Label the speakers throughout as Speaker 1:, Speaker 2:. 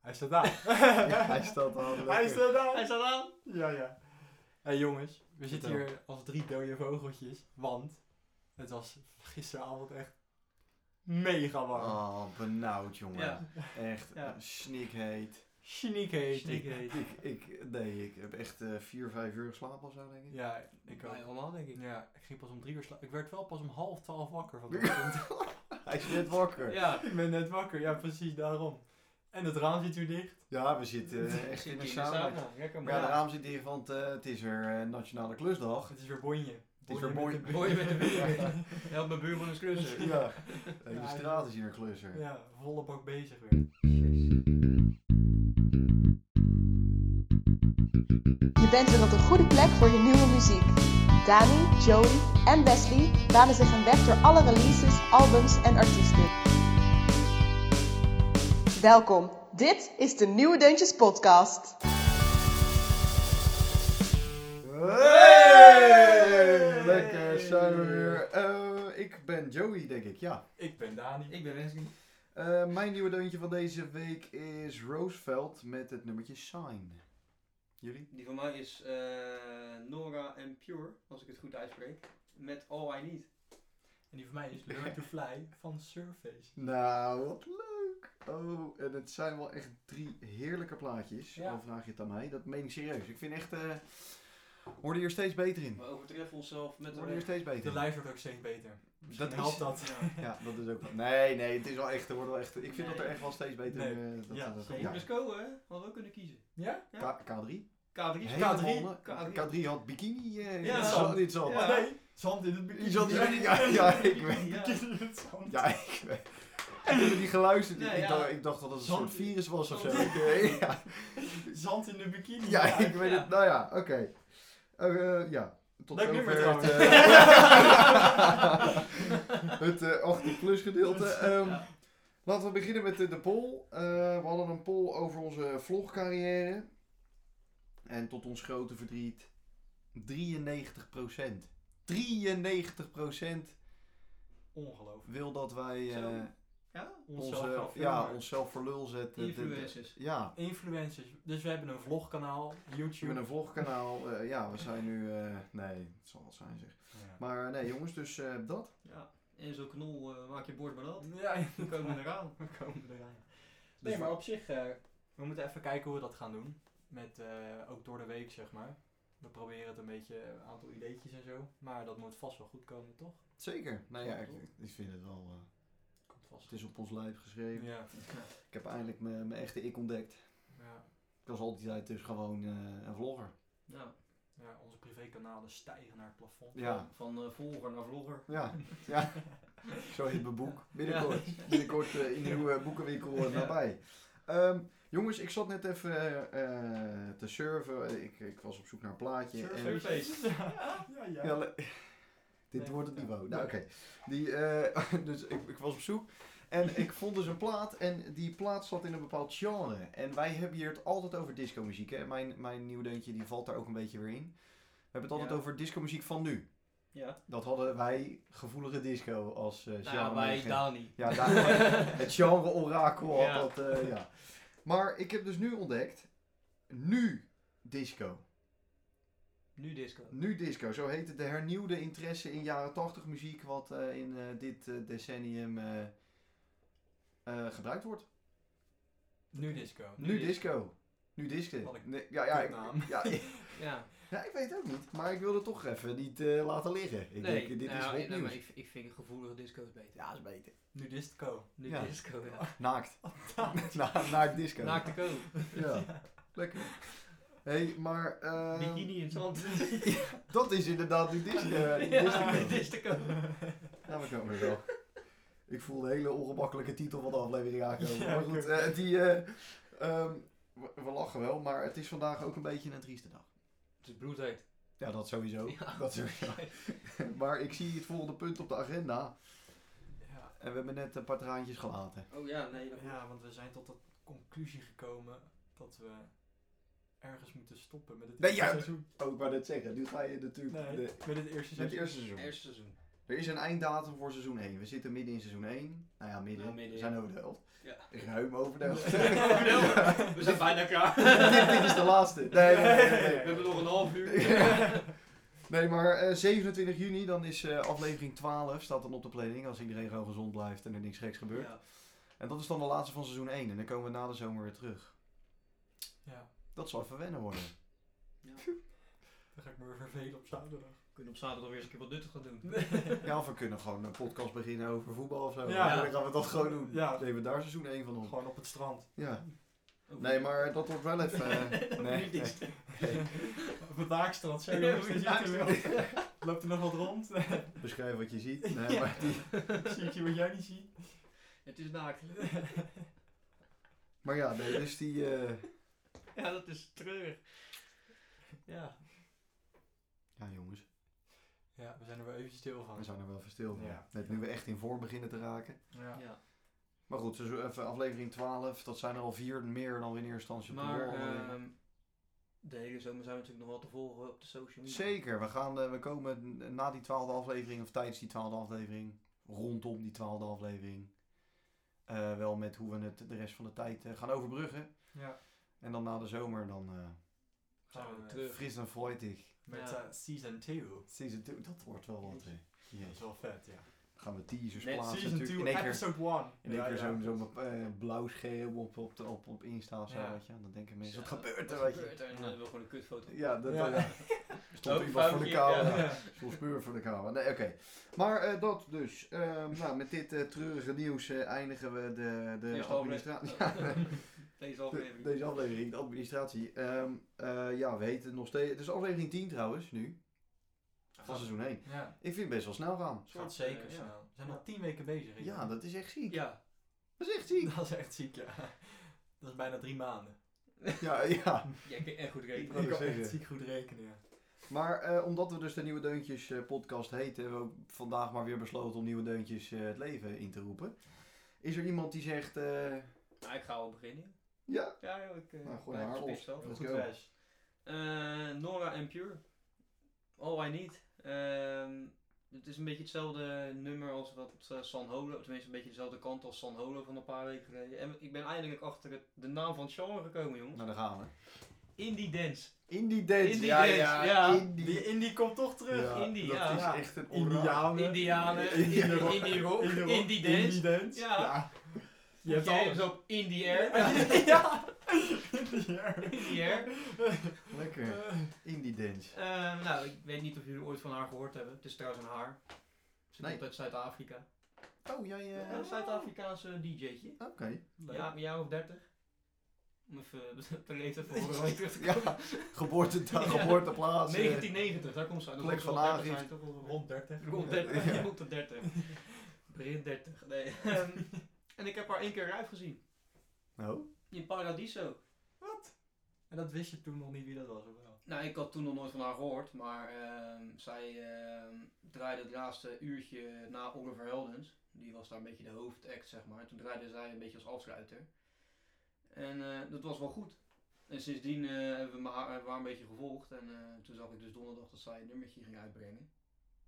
Speaker 1: Hij staat daar.
Speaker 2: Ja, hij stelt al.
Speaker 1: Hij staat daar.
Speaker 3: Hij staat aan.
Speaker 1: Ja, ja. hey, jongens, we zitten
Speaker 2: Vertel.
Speaker 1: hier als drie dode vogeltjes, want het was gisteravond echt mega warm.
Speaker 2: Oh, benauwd, jongen.
Speaker 3: Ja.
Speaker 2: Echt
Speaker 3: Ja.
Speaker 2: snikheet.
Speaker 1: Sneak heet.
Speaker 3: Sneak heet.
Speaker 2: Ik, ik, nee, ik heb echt eh, vier, vijf uur geslapen of zo, denk ik.
Speaker 1: Ja, ik ook.
Speaker 3: allemaal, denk ik.
Speaker 1: Ja, ik ging pas om drie uur slapen. Ik werd wel pas om half twaalf wakker vanochtend.
Speaker 2: Hij is net wakker. Ja,
Speaker 3: Ja.
Speaker 1: ik ben net wakker, ja precies daarom. En het raam zit weer dicht.
Speaker 2: we zitten eh, echt in
Speaker 3: Zit
Speaker 2: de
Speaker 3: je
Speaker 2: sauna.
Speaker 3: Lekker
Speaker 2: Maar
Speaker 3: man.
Speaker 2: ja, de raam zit dicht, want eh, het is weer eh, Nationale Klusdag.
Speaker 1: Het is weer bonje.
Speaker 2: Het is weer bonje-
Speaker 3: Mooi met de
Speaker 2: Ja.
Speaker 3: buren. Help mijn buurman eens klussen.
Speaker 2: Dus, Ja, de hele straat is hier een klusser.
Speaker 1: Ja, volle bak bezig weer.
Speaker 4: Je bent weer op de goede plek voor je nieuwe muziek. Dani, Joey en Wesley banen zich een weg door alle releases, albums en artiesten. Welkom, dit is de Nieuwe Deuntjes Podcast.
Speaker 2: Hey! Lekker zijn we weer. Eh, ik ben Joey, denk ik, ja.
Speaker 1: Ik ben Dani.
Speaker 3: Ik ben Wesley.
Speaker 2: Eh, mijn nieuwe deuntje van deze week is Roosevelt met het nummertje Sign. Jullie?
Speaker 3: Die van mij is eh, Nora and Pure, als ik het goed uitspreek. Met All I Need.
Speaker 1: En die van mij is Learn to Fly van Surface.
Speaker 2: Nou, wat leuk! Oh, en het zijn wel echt drie heerlijke plaatjes.
Speaker 1: Ja.
Speaker 2: Al vraag je het aan mij, dat meen ik serieus. Ik vind echt, eh hoorde hier steeds beter in.
Speaker 3: We overtreffen onszelf met
Speaker 2: Hoorde hier
Speaker 3: een...
Speaker 2: steeds beter
Speaker 1: De
Speaker 2: in.
Speaker 1: lijst wordt ook steeds beter. Misschien
Speaker 2: Dat
Speaker 1: helpt
Speaker 2: is-
Speaker 1: dat.
Speaker 2: Ja, dat is ook wel. Nee, nee, het is wel echt, er wordt wel echt, ik vind dat er
Speaker 3: Nee.
Speaker 2: echt wel steeds beter in. eh, dat,
Speaker 1: Ja,
Speaker 2: dat-
Speaker 1: zeker.
Speaker 2: ja.
Speaker 3: Dus Ko, hè? Hadden we ook kunnen kiezen.
Speaker 1: Ja?
Speaker 2: K- K3?
Speaker 3: K3 is
Speaker 2: Helemaal
Speaker 1: K3.
Speaker 2: onder-
Speaker 3: K3.
Speaker 2: K3 had bikini. eh
Speaker 3: Ja,
Speaker 2: ja,
Speaker 1: zand.
Speaker 2: dit zand.
Speaker 3: Ja.
Speaker 1: Oh nee, zand in het bikini.
Speaker 2: Zand in het bikini, ja, ja, ik weet-
Speaker 3: Ja.
Speaker 1: Bikini in het zand.
Speaker 2: Ja, ik weet. Ik heb het niet geluisterd.
Speaker 3: Nee,
Speaker 2: ik,
Speaker 3: ja.
Speaker 2: dacht, ik dacht dat het een
Speaker 1: Zand-
Speaker 2: soort virus was of zo.
Speaker 1: Zand-
Speaker 2: Ik, eh, ja.
Speaker 1: Zand in de bikini.
Speaker 2: ja, ik weet
Speaker 3: Ja.
Speaker 2: het. Nou ja, oké. Eh, eh, ja. Tot
Speaker 1: Leuk
Speaker 2: zover
Speaker 1: nummer
Speaker 2: het,
Speaker 1: trouwens.
Speaker 2: eh, het eh, 18 plus gedeelte. Ehm,
Speaker 3: Ja.
Speaker 2: Laten we beginnen met de, de poll. Eh, we hadden een poll over onze vlogcarrière. En tot ons grote verdriet, 93%. 93%
Speaker 1: Ongelooflijk.
Speaker 2: wil dat wij eh,
Speaker 3: Zo. Ja?
Speaker 1: Onszelf
Speaker 2: onze,
Speaker 1: gaan
Speaker 2: ja,
Speaker 1: filmen.
Speaker 2: onszelf voor lul zetten. De- de-
Speaker 3: Influencers.
Speaker 2: ja,
Speaker 1: Influencers. Dus we hebben een vlogkanaal,
Speaker 2: we
Speaker 1: YouTube.
Speaker 2: hebben een vlogkanaal. eh, ja, we zijn nu... eh, nee, het zal wat zijn zeg.
Speaker 1: Ja.
Speaker 2: Maar nee jongens, dus eh, dat.
Speaker 3: Ja. En zo'n knol eh, maak je bord maar nat.
Speaker 1: Ja,
Speaker 3: We komen eraan.
Speaker 1: we komen eraan.
Speaker 2: Dus
Speaker 1: Nee, maar
Speaker 2: we-
Speaker 1: op zich, eh, we moeten even kijken hoe we dat gaan doen. Met, eh, ook door de week, zeg maar. We proberen het een beetje, een aantal ideetjes en zo. Maar dat moet vast wel goed komen, toch?
Speaker 2: Zeker. Nou ja, ik, ik vind het wel... eh,
Speaker 1: Komt vast.
Speaker 2: het is op ons lijf geschreven.
Speaker 1: Ja.
Speaker 2: Ik heb eindelijk mijn mijn echte ik ontdekt.
Speaker 1: ja.
Speaker 2: Ik was altijd dus gewoon eh, een vlogger.
Speaker 3: Ja.
Speaker 1: Ja, onze privékanalen stijgen naar het plafond.
Speaker 2: Ja.
Speaker 3: Van eh, volger naar vlogger.
Speaker 2: Ja, ja. Zo heet mijn boek. Binnenkort, binnenkort eh, in de nieuwe boekenwinkel eh,
Speaker 3: Ja.
Speaker 2: nabij. Ehm, jongens, ik zat net even eh, eh, te surfen. Ik, ik was op zoek naar een plaatje. en-
Speaker 3: Surface.
Speaker 1: Ja, ja. ja.
Speaker 2: Ja, le- Dit
Speaker 1: Nee,
Speaker 2: wordt het
Speaker 1: ja.
Speaker 2: niveau. Nou, oké. Die, eh, dus ik, ik was op zoek. En ik vond dus een plaat. En die plaat zat in een bepaald genre. En wij hebben hier het altijd over discomuziek. Hè? Mijn, mijn nieuw deuntje die valt daar ook een beetje weer in. We hebben het altijd
Speaker 3: Ja.
Speaker 2: over discomuziek van nu.
Speaker 3: Ja.
Speaker 2: Dat hadden wij gevoelige disco als eh genre.
Speaker 3: Nou, wij
Speaker 2: meegeven.
Speaker 3: Dani.
Speaker 2: Ja, daar, het genre orakel had
Speaker 3: Ja.
Speaker 2: dat, eh, ja. Maar ik heb dus nu ontdekt, nu disco.
Speaker 3: Nu disco.
Speaker 2: Nu disco, zo heet het de hernieuwde interesse in jaren 80 muziek wat eh, in eh, dit eh, decennium eh, eh, gebruikt wordt.
Speaker 1: Nu disco.
Speaker 2: Nu,
Speaker 3: Nu
Speaker 2: disco. Nu disco.
Speaker 1: Wat een
Speaker 2: Nee, ja, ja, ik,
Speaker 1: kutnaam.
Speaker 2: ja, ik-
Speaker 3: Ja.
Speaker 2: ja, ik weet het ook niet, maar ik wilde het toch even niet eh, laten liggen. Ik denk, dit is
Speaker 3: nou,
Speaker 2: hot
Speaker 3: nee,
Speaker 2: nieuws.
Speaker 3: maar ik, ik vind gevoelige disco's beter.
Speaker 2: Ja, is beter.
Speaker 1: Nu disco.
Speaker 3: Nu
Speaker 2: Ja.
Speaker 3: disco, ja.
Speaker 2: Naakt. Na, naakt disco.
Speaker 3: Naakte ko.
Speaker 2: Ja, lekker. hey, maar ehm,
Speaker 3: Bikini in het zand.
Speaker 2: dat is inderdaad nu Disney. eh,
Speaker 3: Ja,
Speaker 2: Disney.
Speaker 3: disco.
Speaker 2: Nou, we komen er wel. Ik voel de hele ongemakkelijke titel van de aflevering aankomen.
Speaker 1: Ja,
Speaker 2: maar goed,
Speaker 1: oké.
Speaker 2: eh, die, eh, ehm, we, we lachen wel, maar het is vandaag ook een beetje een trieste dag.
Speaker 3: Het is bloedheet.
Speaker 2: Ja, dat sowieso.
Speaker 3: Ja.
Speaker 2: Dat sowieso. maar ik zie het volgende punt op de agenda.
Speaker 1: Ja.
Speaker 2: En we hebben net een paar traantjes gelaten.
Speaker 3: Oh ja, nee. dat-
Speaker 1: ja, want we zijn tot de conclusie gekomen dat we ergens moeten stoppen met het
Speaker 2: Nee,
Speaker 1: eerste
Speaker 2: ja.
Speaker 1: seizoen.
Speaker 2: Ook maar net zeggen, nu ga je natuurlijk
Speaker 1: Nee,
Speaker 2: de,
Speaker 1: met het eerste
Speaker 2: het
Speaker 1: seizoen.
Speaker 2: eerste seizoen.
Speaker 3: Eerste seizoen.
Speaker 2: Er is een einddatum voor seizoen 1. We zitten midden in seizoen 1. Nou ja, midden.
Speaker 3: Nou, midden,
Speaker 2: we zijn
Speaker 3: ja.
Speaker 2: over de helft.
Speaker 3: Ja.
Speaker 2: Ruim over de helft.
Speaker 3: Oh, We zijn bijna klaar.
Speaker 2: Dit- Dit is de laatste. Nee, nee, nee, nee.
Speaker 3: We hebben nog een half uur.
Speaker 2: Nee, maar eh, 27 juni, dan is eh, aflevering 12, staat dan op de planning. Als iedereen gewoon gezond blijft en er niks geks gebeurt.
Speaker 3: Ja.
Speaker 2: En dat is dan de laatste van seizoen 1. En dan komen we na de zomer weer terug.
Speaker 1: Ja,
Speaker 2: Dat zal even wennen worden.
Speaker 1: dan ga ik me weer vervelen op zaterdag.
Speaker 3: We kunnen op zaterdag weer eens een keer wat nuttig gaan doen.
Speaker 2: Ja, of we kunnen gewoon een podcast beginnen over voetbal of zo.
Speaker 1: Ja.
Speaker 2: Ja. Dan gaan we dat gewoon doen.
Speaker 1: Ja.
Speaker 2: Dan nemen we daar seizoen 1 van op.
Speaker 1: Gewoon op het strand.
Speaker 2: Ja.
Speaker 3: Oh.
Speaker 2: Nee, maar dat wordt wel even... eh, nee, nee.
Speaker 1: Op het Daakstrand, zo
Speaker 3: Ja,
Speaker 1: jongens,
Speaker 3: op
Speaker 1: dat
Speaker 3: het
Speaker 1: ziet er wel. Loopt er nog wat rond?
Speaker 2: Beschrijf wat je ziet. Nee, maar die...
Speaker 1: Zie ik je wat jij niet ziet?
Speaker 3: Het is naakt.
Speaker 2: Maar ja, nee, dus die... eh,
Speaker 3: Ja, dat is treurig. Ja.
Speaker 2: Ja, jongens.
Speaker 1: Ja, we zijn er wel eventjes stil
Speaker 2: We
Speaker 1: van.
Speaker 2: zijn er wel van stil van.
Speaker 1: Ja.
Speaker 2: Net nu we echt in vorm beginnen te raken.
Speaker 1: Ja.
Speaker 3: ja.
Speaker 2: Maar goed, dus even aflevering 12. Dat zijn er al vier meer dan we in eerste instantie op de
Speaker 3: Maar
Speaker 2: wall hadden.
Speaker 1: eh,
Speaker 3: ehm, de hele zomer zijn we natuurlijk nog wel te volgen op de social media.
Speaker 2: Zeker, we, gaan, eh, we komen n- na die twaalfde aflevering, of tijdens die twaalfde aflevering, rondom die twaalfde aflevering, eh, wel met hoe we het de rest van de tijd eh, gaan overbruggen.
Speaker 1: Ja.
Speaker 2: En dan na de zomer dan eh,
Speaker 1: Gaan we
Speaker 3: Zo,
Speaker 1: terug.
Speaker 3: terug.
Speaker 2: fris en fruitig.
Speaker 1: Met
Speaker 3: Ja.
Speaker 1: eh, season 2.
Speaker 2: Season 2, dat wordt wel wat. hè.
Speaker 1: Dat is
Speaker 2: Jeetje.
Speaker 1: wel vet, ja.
Speaker 2: Gaan we teasers
Speaker 3: Net
Speaker 2: plaatsen
Speaker 1: Season
Speaker 2: Ah, natuurlijk.
Speaker 1: 2,
Speaker 2: In één keer,
Speaker 1: episode 1.
Speaker 2: in één keer zo'n zo'n, eh, blauw scherm op, op, de- op, op Insta of zo,
Speaker 1: Ja.
Speaker 2: weet je. Dan denken mensen,
Speaker 3: Ja,
Speaker 2: wat gebeurt er,
Speaker 3: Wat
Speaker 2: weet
Speaker 3: gebeurt er? En dan
Speaker 2: je.
Speaker 3: hebben we gewoon een kutfoto.
Speaker 2: Ja, dat,
Speaker 1: Ja.
Speaker 2: eh, stond
Speaker 3: Ook
Speaker 2: iemand voor de
Speaker 3: foutje,
Speaker 2: camera.
Speaker 3: ja.
Speaker 2: Zo'n speur voor de kamer. Nee, oké. Maar eh, dat dus. Ehm, nou, met dit eh, treurige nieuws eh, eindigen we de, de
Speaker 3: Eerste
Speaker 2: administratie.
Speaker 3: aflevering.
Speaker 2: Ja,
Speaker 3: Deze
Speaker 2: de-
Speaker 3: aflevering.
Speaker 2: deze aflevering, de administratie. Ehm, eh, ja, we heten nog steeds. Het is aflevering 10 trouwens, nu. Van seizoen 1.
Speaker 1: Ja,
Speaker 2: Ik vind het best wel snel gaan.
Speaker 1: het gaat zeker
Speaker 3: eh, ja.
Speaker 1: snel. We zijn al 10 weken bezig. Rick.
Speaker 2: Ja, dat is echt ziek.
Speaker 3: Ja.
Speaker 2: Dat is echt ziek.
Speaker 1: Dat is echt ziek, ja. Dat is bijna drie maanden.
Speaker 2: Ja, ja.
Speaker 3: Jij kan echt goed rekenen.
Speaker 2: wou
Speaker 1: Ik kan
Speaker 2: zeggen.
Speaker 1: echt ziek goed rekenen, ja.
Speaker 2: Maar eh, omdat we dus de Nieuwe Deuntjes eh, podcast heten, hebben we ook vandaag maar weer besloten om Nieuwe Deuntjes eh, het leven in te roepen. Is er iemand die zegt, eh,
Speaker 3: Nou, ik ga al beginnen.
Speaker 2: ja,
Speaker 3: Ja, joh, ik eh
Speaker 2: Nou, gooi
Speaker 3: blijf
Speaker 2: haar
Speaker 3: spits
Speaker 2: los.
Speaker 3: zelf.
Speaker 2: Let's
Speaker 1: Goed
Speaker 2: go.
Speaker 1: wijs.
Speaker 3: Eh, Nora en Pure. All I Need. Ehm, het is een beetje hetzelfde nummer als wat eh, San Holo, tenminste een beetje dezelfde kant als San Holo van een paar weken geleden. En ik ben eindelijk achter het- de naam van het genre gekomen, jongens.
Speaker 2: nou daar gaan we.
Speaker 3: Indie Dance.
Speaker 2: Indie dance.
Speaker 3: Indie
Speaker 2: ja,
Speaker 3: dance,
Speaker 2: ja,
Speaker 3: ja.
Speaker 2: Indie.
Speaker 1: Die Indie komt toch terug.
Speaker 2: Ja,
Speaker 3: Indie,
Speaker 2: dat
Speaker 3: ja.
Speaker 2: is
Speaker 1: Ja.
Speaker 2: echt een oraal.
Speaker 1: Indianen.
Speaker 3: Indianen,
Speaker 2: Indie
Speaker 3: Indie
Speaker 2: rock.
Speaker 3: Indie rock,
Speaker 1: Indie rock,
Speaker 3: Indie dance.
Speaker 1: Indie dance.
Speaker 3: Ja.
Speaker 1: Je hebt
Speaker 3: Jij
Speaker 1: alles.
Speaker 3: hebt op Indie Air.
Speaker 1: Ja. Indie air. Eh,
Speaker 3: Indie Air.
Speaker 2: Lekker. Indie dance.
Speaker 3: Ehm, nou, ik weet niet of jullie ooit van haar gehoord hebben. Het is trouwens een haar. Ze
Speaker 2: Nee.
Speaker 3: komt uit Zuid-Afrika.
Speaker 2: Oh, jij... eh,
Speaker 3: Een Zuid-Afrikaanse DJ'tje.
Speaker 2: Oké.
Speaker 1: Leuk.
Speaker 3: Ja, een jaar of dertig. Om even te lezen voor hoe lang terug te komen.
Speaker 2: Ja, geboortedag, geboorteplaats. eh,
Speaker 3: 1990, daar komt ze uit. Dan
Speaker 2: Plek
Speaker 3: moet ze
Speaker 2: van
Speaker 3: wel 30 zijn,
Speaker 2: aangifte.
Speaker 3: toch? Of Rond
Speaker 1: Rond 30.
Speaker 3: rond
Speaker 2: Ja.
Speaker 3: 30.
Speaker 2: Ja.
Speaker 3: Rond de 30. Begin 30. Nee. ehm, en ik heb haar één keer live gezien.
Speaker 2: Nou,
Speaker 3: In Paradiso.
Speaker 1: En dat wist je toen nog niet wie dat was, of wel?
Speaker 3: Nou, ik had toen nog nooit van haar gehoord, maar ehm, zij ehm, draaide het laatste uurtje na Oliver Heldens. Die was daar een beetje de hoofdact, zeg maar. Toen draaide zij een beetje als afsluiter. En eh, dat was wel goed. En sindsdien eh, hebben we me haar, hebben we haar een beetje gevolgd. En eh, toen zag ik dus donderdag dat zij een nummertje ging uitbrengen.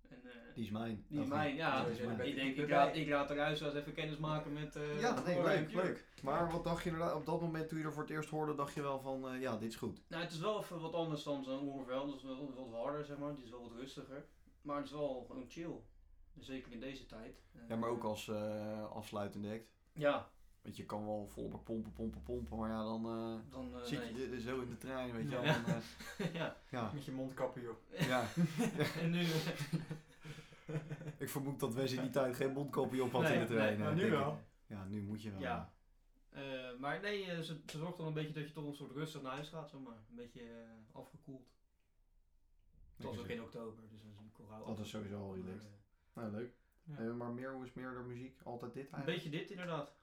Speaker 3: En, eh,
Speaker 2: die is mijn.
Speaker 3: die is
Speaker 2: Dag,
Speaker 3: mijn, ja.
Speaker 2: Die is
Speaker 1: dus
Speaker 2: mijn.
Speaker 1: ben
Speaker 3: Ik denk, ik
Speaker 1: erbij.
Speaker 3: raad, ik raad de luisteraars even kennis maken met... eh,
Speaker 2: Ja, nee,
Speaker 3: Nora
Speaker 2: leuk,
Speaker 3: en Pure.
Speaker 2: leuk. Maar wat dacht je inderdaad, op dat moment toen je er voor het eerst hoorde, dacht je wel van, eh, ja, dit is goed.
Speaker 3: Nou, het is wel even wat anders dan zo'n Oervel. Dat is wel wat harder, zeg maar. Die is wel wat rustiger. Maar het is wel gewoon chill. Zeker in deze tijd. Eh,
Speaker 2: Ja, maar ook als eh afsluitend act.
Speaker 3: Ja,
Speaker 2: Want je kan wel volop pompen, pompen, pompen, maar ja, dan eh,
Speaker 3: dan... eh,
Speaker 2: zit
Speaker 3: nee.
Speaker 2: je er zo in de trein, weet je wel.
Speaker 3: Ja.
Speaker 2: dan, eh,
Speaker 3: ja.
Speaker 2: Ja.
Speaker 1: Met je mondkapje, joh.
Speaker 2: ja.
Speaker 3: En nu... eh,
Speaker 2: Ik vermoed dat Wes in die tijd geen mondkapje op had
Speaker 3: Nee,
Speaker 2: in de trein.
Speaker 3: nee,
Speaker 2: eh,
Speaker 1: maar nu
Speaker 2: denk ik.
Speaker 1: wel.
Speaker 2: Ja, nu moet je wel.
Speaker 3: Ja. eh, maar nee, eh, ze, ze zorgt dan een beetje dat je toch een soort rustig naar huis gaat, zeg maar. Een beetje eh, afgekoeld. Het was ook in oktober, dus dat is een koraal.
Speaker 2: Dat is sowieso al relaxed.
Speaker 3: eh,
Speaker 2: Nou, leuk.
Speaker 1: Ja.
Speaker 2: Eh, maar meer, hoe is meerder muziek? Altijd dit
Speaker 3: Een
Speaker 2: eigenlijk?
Speaker 3: beetje dit inderdaad.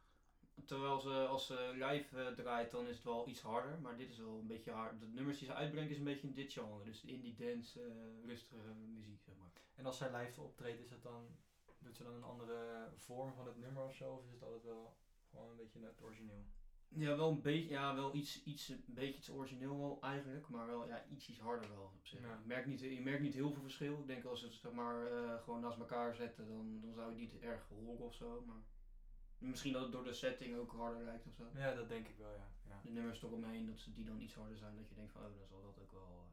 Speaker 3: Terwijl ze als ze live eh, draait, dan is het wel iets harder. Maar dit is wel een beetje hard. De nummers die ze uitbrengt is een beetje in dit genre. Dus indie dance, eh, rustige muziek, zeg maar.
Speaker 1: En als zij live optreedt, is het dan, doet ze dan een andere vorm van het nummer of zo? Of is het altijd wel gewoon een beetje het origineel?
Speaker 3: Ja, wel een beetje, ja, wel iets, iets, een beetje iets origineel wel eigenlijk, maar wel ja, iets, iets harder wel op zich.
Speaker 1: Ja.
Speaker 3: Je, merkt niet, je merkt niet heel veel verschil. Ik denk als ze het zeg maar eh, gewoon naast elkaar zetten, dan, dan zou je niet erg horen of zo. Maar misschien dat het door de setting ook harder lijkt of zo.
Speaker 1: Ja, dat denk ik wel, ja. Ja,
Speaker 3: De nummers eromheen, dat ze die dan iets harder zijn, dat je denkt van oh, dan zal dat ook wel. eh.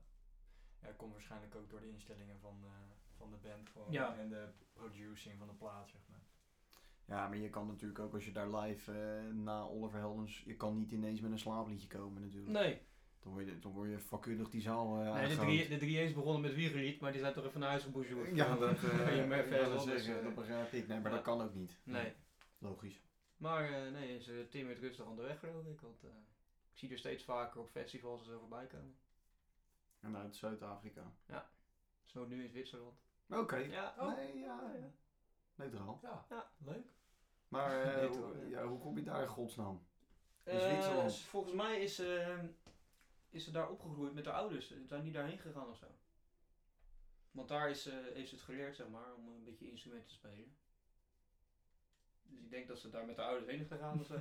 Speaker 1: ja het komt waarschijnlijk ook door de instellingen van, eh, van de band gewoon.
Speaker 3: Ja.
Speaker 1: En de producing van de plaat, zeg maar.
Speaker 2: Ja, maar je kan natuurlijk ook als je daar live eh, na Oliver Heldens... Je kan niet ineens met een slaapliedje komen natuurlijk.
Speaker 3: Nee,
Speaker 2: Dan word je, dan word je vakkundig die zaal eh
Speaker 3: nee de,
Speaker 2: aangehouden.
Speaker 3: drie, de drie eens begonnen met Wiegerlied, maar die zijn toch even naar huis gebouwd.
Speaker 2: Ja, dat eh,
Speaker 3: kan je
Speaker 2: ik
Speaker 3: meer
Speaker 2: wou
Speaker 3: verder
Speaker 2: dat
Speaker 3: anders,
Speaker 2: zeggen,
Speaker 3: eh,
Speaker 2: dat begrijp ik. Nee, maar
Speaker 3: ja.
Speaker 2: dat kan ook niet.
Speaker 3: Nee.
Speaker 2: Logisch.
Speaker 3: Maar eh, nee, ze timmert rustig aan de weg geloof ik. Want eh, ik zie er steeds vaker op festivals en zo voorbij komen.
Speaker 2: En uit Zuid-Afrika.
Speaker 3: Zo nu in Zwitserland.
Speaker 2: Oké.
Speaker 3: Ja,
Speaker 2: Nee, ja.
Speaker 3: Ja.
Speaker 2: Neutraal.
Speaker 1: Ja,
Speaker 3: Ja.
Speaker 1: leuk.
Speaker 2: Maar eh,
Speaker 1: Nee,
Speaker 2: hoe-
Speaker 1: toch, ja.
Speaker 2: ja, hoe kom je daar in godsnaam? In
Speaker 3: Eh,
Speaker 2: Zwitserland.
Speaker 3: s- volgens mij is, eh, is ze daar opgegroeid met haar ouders. Ze zijn niet daarheen gegaan of zo. Want daar is, eh, heeft ze het geleerd, zeg maar, om een beetje instrumenten te spelen. Dus ik denk dat ze daar met haar ouders heen is gegaan of zo.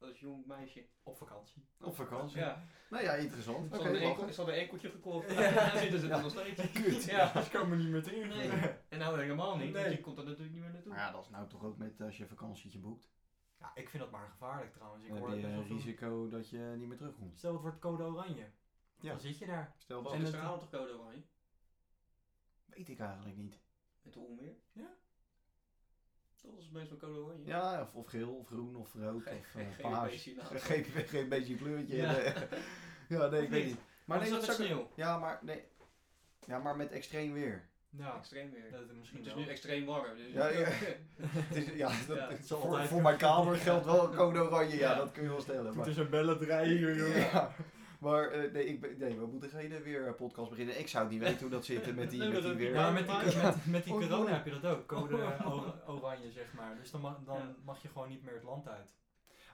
Speaker 3: Als jong meisje.
Speaker 1: Op vakantie.
Speaker 2: Op vakantie?
Speaker 3: Ja,
Speaker 2: Nou ja, interessant.
Speaker 3: ze
Speaker 2: Oké,
Speaker 3: had een enkel-
Speaker 2: lachen.
Speaker 3: ze had een enkeltje gekocht.
Speaker 1: Ja.
Speaker 3: Ja, zitten ze er
Speaker 2: Ja.
Speaker 3: nog steeds.
Speaker 2: Kut.
Speaker 3: Ja.
Speaker 1: Ik kan me niet meer tegen.
Speaker 3: Nee. En nou helemaal niet, want
Speaker 1: Nee.
Speaker 3: je komt er natuurlijk niet meer naartoe.
Speaker 2: Maar ja, dat is nou toch ook met als je een vakantietje boekt.
Speaker 1: Ja, ik vind dat maar gevaarlijk trouwens. Ik
Speaker 2: Dan
Speaker 1: hoor
Speaker 2: heb je
Speaker 1: het best
Speaker 2: eh,
Speaker 1: wel veel-
Speaker 2: risico dat je niet meer terugkomt.
Speaker 1: Stel, het wordt code oranje.
Speaker 2: Ja.
Speaker 1: Dan zit je daar.
Speaker 2: Stel
Speaker 3: Was
Speaker 2: dat.
Speaker 1: En
Speaker 3: en
Speaker 1: het-
Speaker 3: gisteravond Dus toch code oranje?
Speaker 2: Weet ik eigenlijk niet.
Speaker 3: Met de onweer?
Speaker 1: Ja.
Speaker 3: Dat was meestal code oranje.
Speaker 2: Ja, of, of geel, of groen, of rood,
Speaker 3: Geen-
Speaker 2: of
Speaker 3: geen-
Speaker 2: eh,
Speaker 3: geen
Speaker 2: paars.
Speaker 3: beestje, nou.
Speaker 2: Geen, geen beetje kleurtje.
Speaker 3: Ja.
Speaker 2: Ja, ja nee,
Speaker 3: Of
Speaker 2: ik weet
Speaker 3: niet?
Speaker 2: niet.
Speaker 3: Maar
Speaker 2: nee,
Speaker 3: nee, dat is
Speaker 2: zou ik-
Speaker 3: sneeuw.
Speaker 2: Ja, maar nee. Ja, maar met extreem weer.
Speaker 1: Ja,
Speaker 3: Extreem weer.
Speaker 1: dat is misschien
Speaker 3: het Nou, is
Speaker 1: wel.
Speaker 3: nu extreem warm. Dus
Speaker 2: Ja, ja. Het is, ja, dat,
Speaker 3: Ja,
Speaker 1: het zal
Speaker 2: voor,
Speaker 1: altijd-
Speaker 2: voor mijn kamer geldt wel code oranje. Ja,
Speaker 3: Ja.
Speaker 2: dat kun je wel stellen. Maar,
Speaker 1: een bellendraai hier,
Speaker 2: ja. maar eh, nee, ik, ben- nee, we moeten geen eh, weer podcast beginnen. Ik zou het niet weten hoe dat zit eh, met die,
Speaker 3: Nee,
Speaker 2: met
Speaker 3: dat
Speaker 2: die
Speaker 3: ook
Speaker 2: weer.
Speaker 3: niet.
Speaker 1: Ja, maar met die, met, met die
Speaker 2: Oh,
Speaker 1: corona
Speaker 2: mooi.
Speaker 1: heb je dat ook. Code or- oranje, zeg maar. Dus dan, mag,
Speaker 3: Ja.
Speaker 1: dan mag je gewoon niet meer het land uit.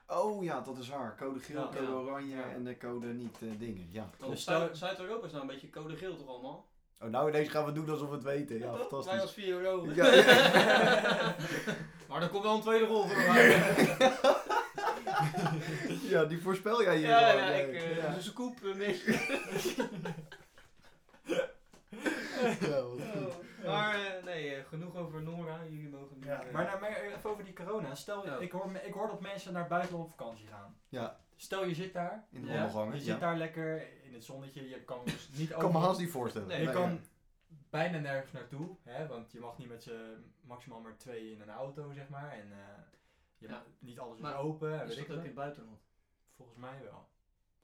Speaker 2: Oh ja, dat is waar. Code geel,
Speaker 1: Ja.
Speaker 2: code
Speaker 3: Ja.
Speaker 2: oranje
Speaker 1: Ja.
Speaker 2: en de code niet eh, dingen. Ja.
Speaker 3: Want
Speaker 1: Dus
Speaker 3: Zuid-
Speaker 1: daar-
Speaker 3: Zuid-Europa is nou een beetje code geel toch allemaal?
Speaker 2: Oh, nou ineens gaan we doen alsof we het weten. Ja,
Speaker 3: Toch? Wij als
Speaker 2: fantastisch.
Speaker 3: virologen.
Speaker 2: Ja, ja.
Speaker 3: maar er komt wel een tweede rol voor mij.
Speaker 2: Ja, die voorspel jij hier
Speaker 3: Ja,
Speaker 2: wel,
Speaker 3: ja,
Speaker 2: ja.
Speaker 3: ik, eh,
Speaker 2: ja.
Speaker 3: dus een koep, een beetje.
Speaker 2: Ja, wat goed.
Speaker 3: Maar eh, nee, eh, genoeg over Nora. Jullie mogen nu...
Speaker 2: Ja,
Speaker 3: eh,
Speaker 1: Maar, nou, maar even over die corona. Stel,
Speaker 3: Ja.
Speaker 1: ik, hoor, me- ik hoor dat mensen naar het buitenland op vakantie gaan.
Speaker 2: Ja.
Speaker 1: Stel, je zit daar.
Speaker 2: In de
Speaker 3: Ja,
Speaker 2: wandelgangen.
Speaker 1: Je
Speaker 2: ja.
Speaker 1: zit daar lekker in het zonnetje. Je kan dus niet
Speaker 2: Ik kan me
Speaker 1: over-
Speaker 2: haast niet voorstellen.
Speaker 3: Nee,
Speaker 1: Je
Speaker 3: Nee,
Speaker 1: kan bijna nergens naartoe, hè, want je mag niet met z'n maximaal maar twee in een auto, zeg maar. En eh, je
Speaker 3: Ja.
Speaker 1: mag- niet alles is
Speaker 3: Maar
Speaker 1: open. en
Speaker 3: is
Speaker 1: Weet ik
Speaker 3: dat ook in
Speaker 1: wat.
Speaker 3: het buitenland?
Speaker 1: Volgens mij wel.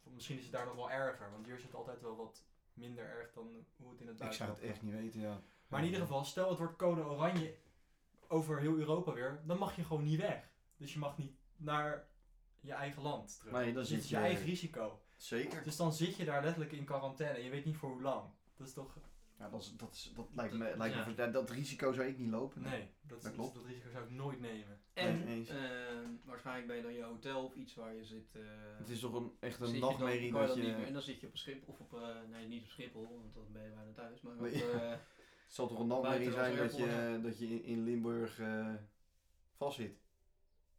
Speaker 1: Of Misschien is het daar nog wel erger, want hier is het altijd wel wat minder erg dan hoe het in het
Speaker 2: Ik zou
Speaker 1: buitenland
Speaker 2: het echt niet weten, ja.
Speaker 1: Maar in ieder geval, stel het wordt code oranje over heel Europa weer, dan mag je gewoon niet weg. Dus je mag niet naar je eigen land terug.
Speaker 2: Nee, dan
Speaker 1: Dus
Speaker 2: zit
Speaker 1: het is
Speaker 2: je- eh,
Speaker 1: je eigen risico.
Speaker 2: Zeker.
Speaker 1: Dus dan zit je daar letterlijk in quarantaine. Je weet niet voor hoe lang. Dat is toch
Speaker 2: Ja, dat, is, dat, is, dat lijkt me,
Speaker 3: Dat-
Speaker 2: lijkt me
Speaker 3: ja.
Speaker 2: voor- dat, dat risico zou ik niet lopen.
Speaker 1: Nee, dat, is-
Speaker 2: Dat klopt.
Speaker 1: dat risico zou ik nooit nemen.
Speaker 3: En
Speaker 2: Nee, eens.
Speaker 3: ehm, waarschijnlijk ben je dan je hotel of iets waar je zit. eh,
Speaker 2: Het is toch een, echt
Speaker 3: zit
Speaker 2: een
Speaker 3: je dan-
Speaker 2: nachtmerrie
Speaker 3: kan je
Speaker 2: dat
Speaker 3: dan niet meer-
Speaker 2: je...
Speaker 3: en dan zit je op Schiphol, of op, eh, nee niet op Schiphol, want dan ben je bijna thuis. Maar
Speaker 2: Nee.
Speaker 3: op, eh,
Speaker 2: Het zal toch een nachtmerrie
Speaker 3: Buiten
Speaker 2: zijn
Speaker 3: als
Speaker 2: dat je, dat je in- in Limburg eh vastzit.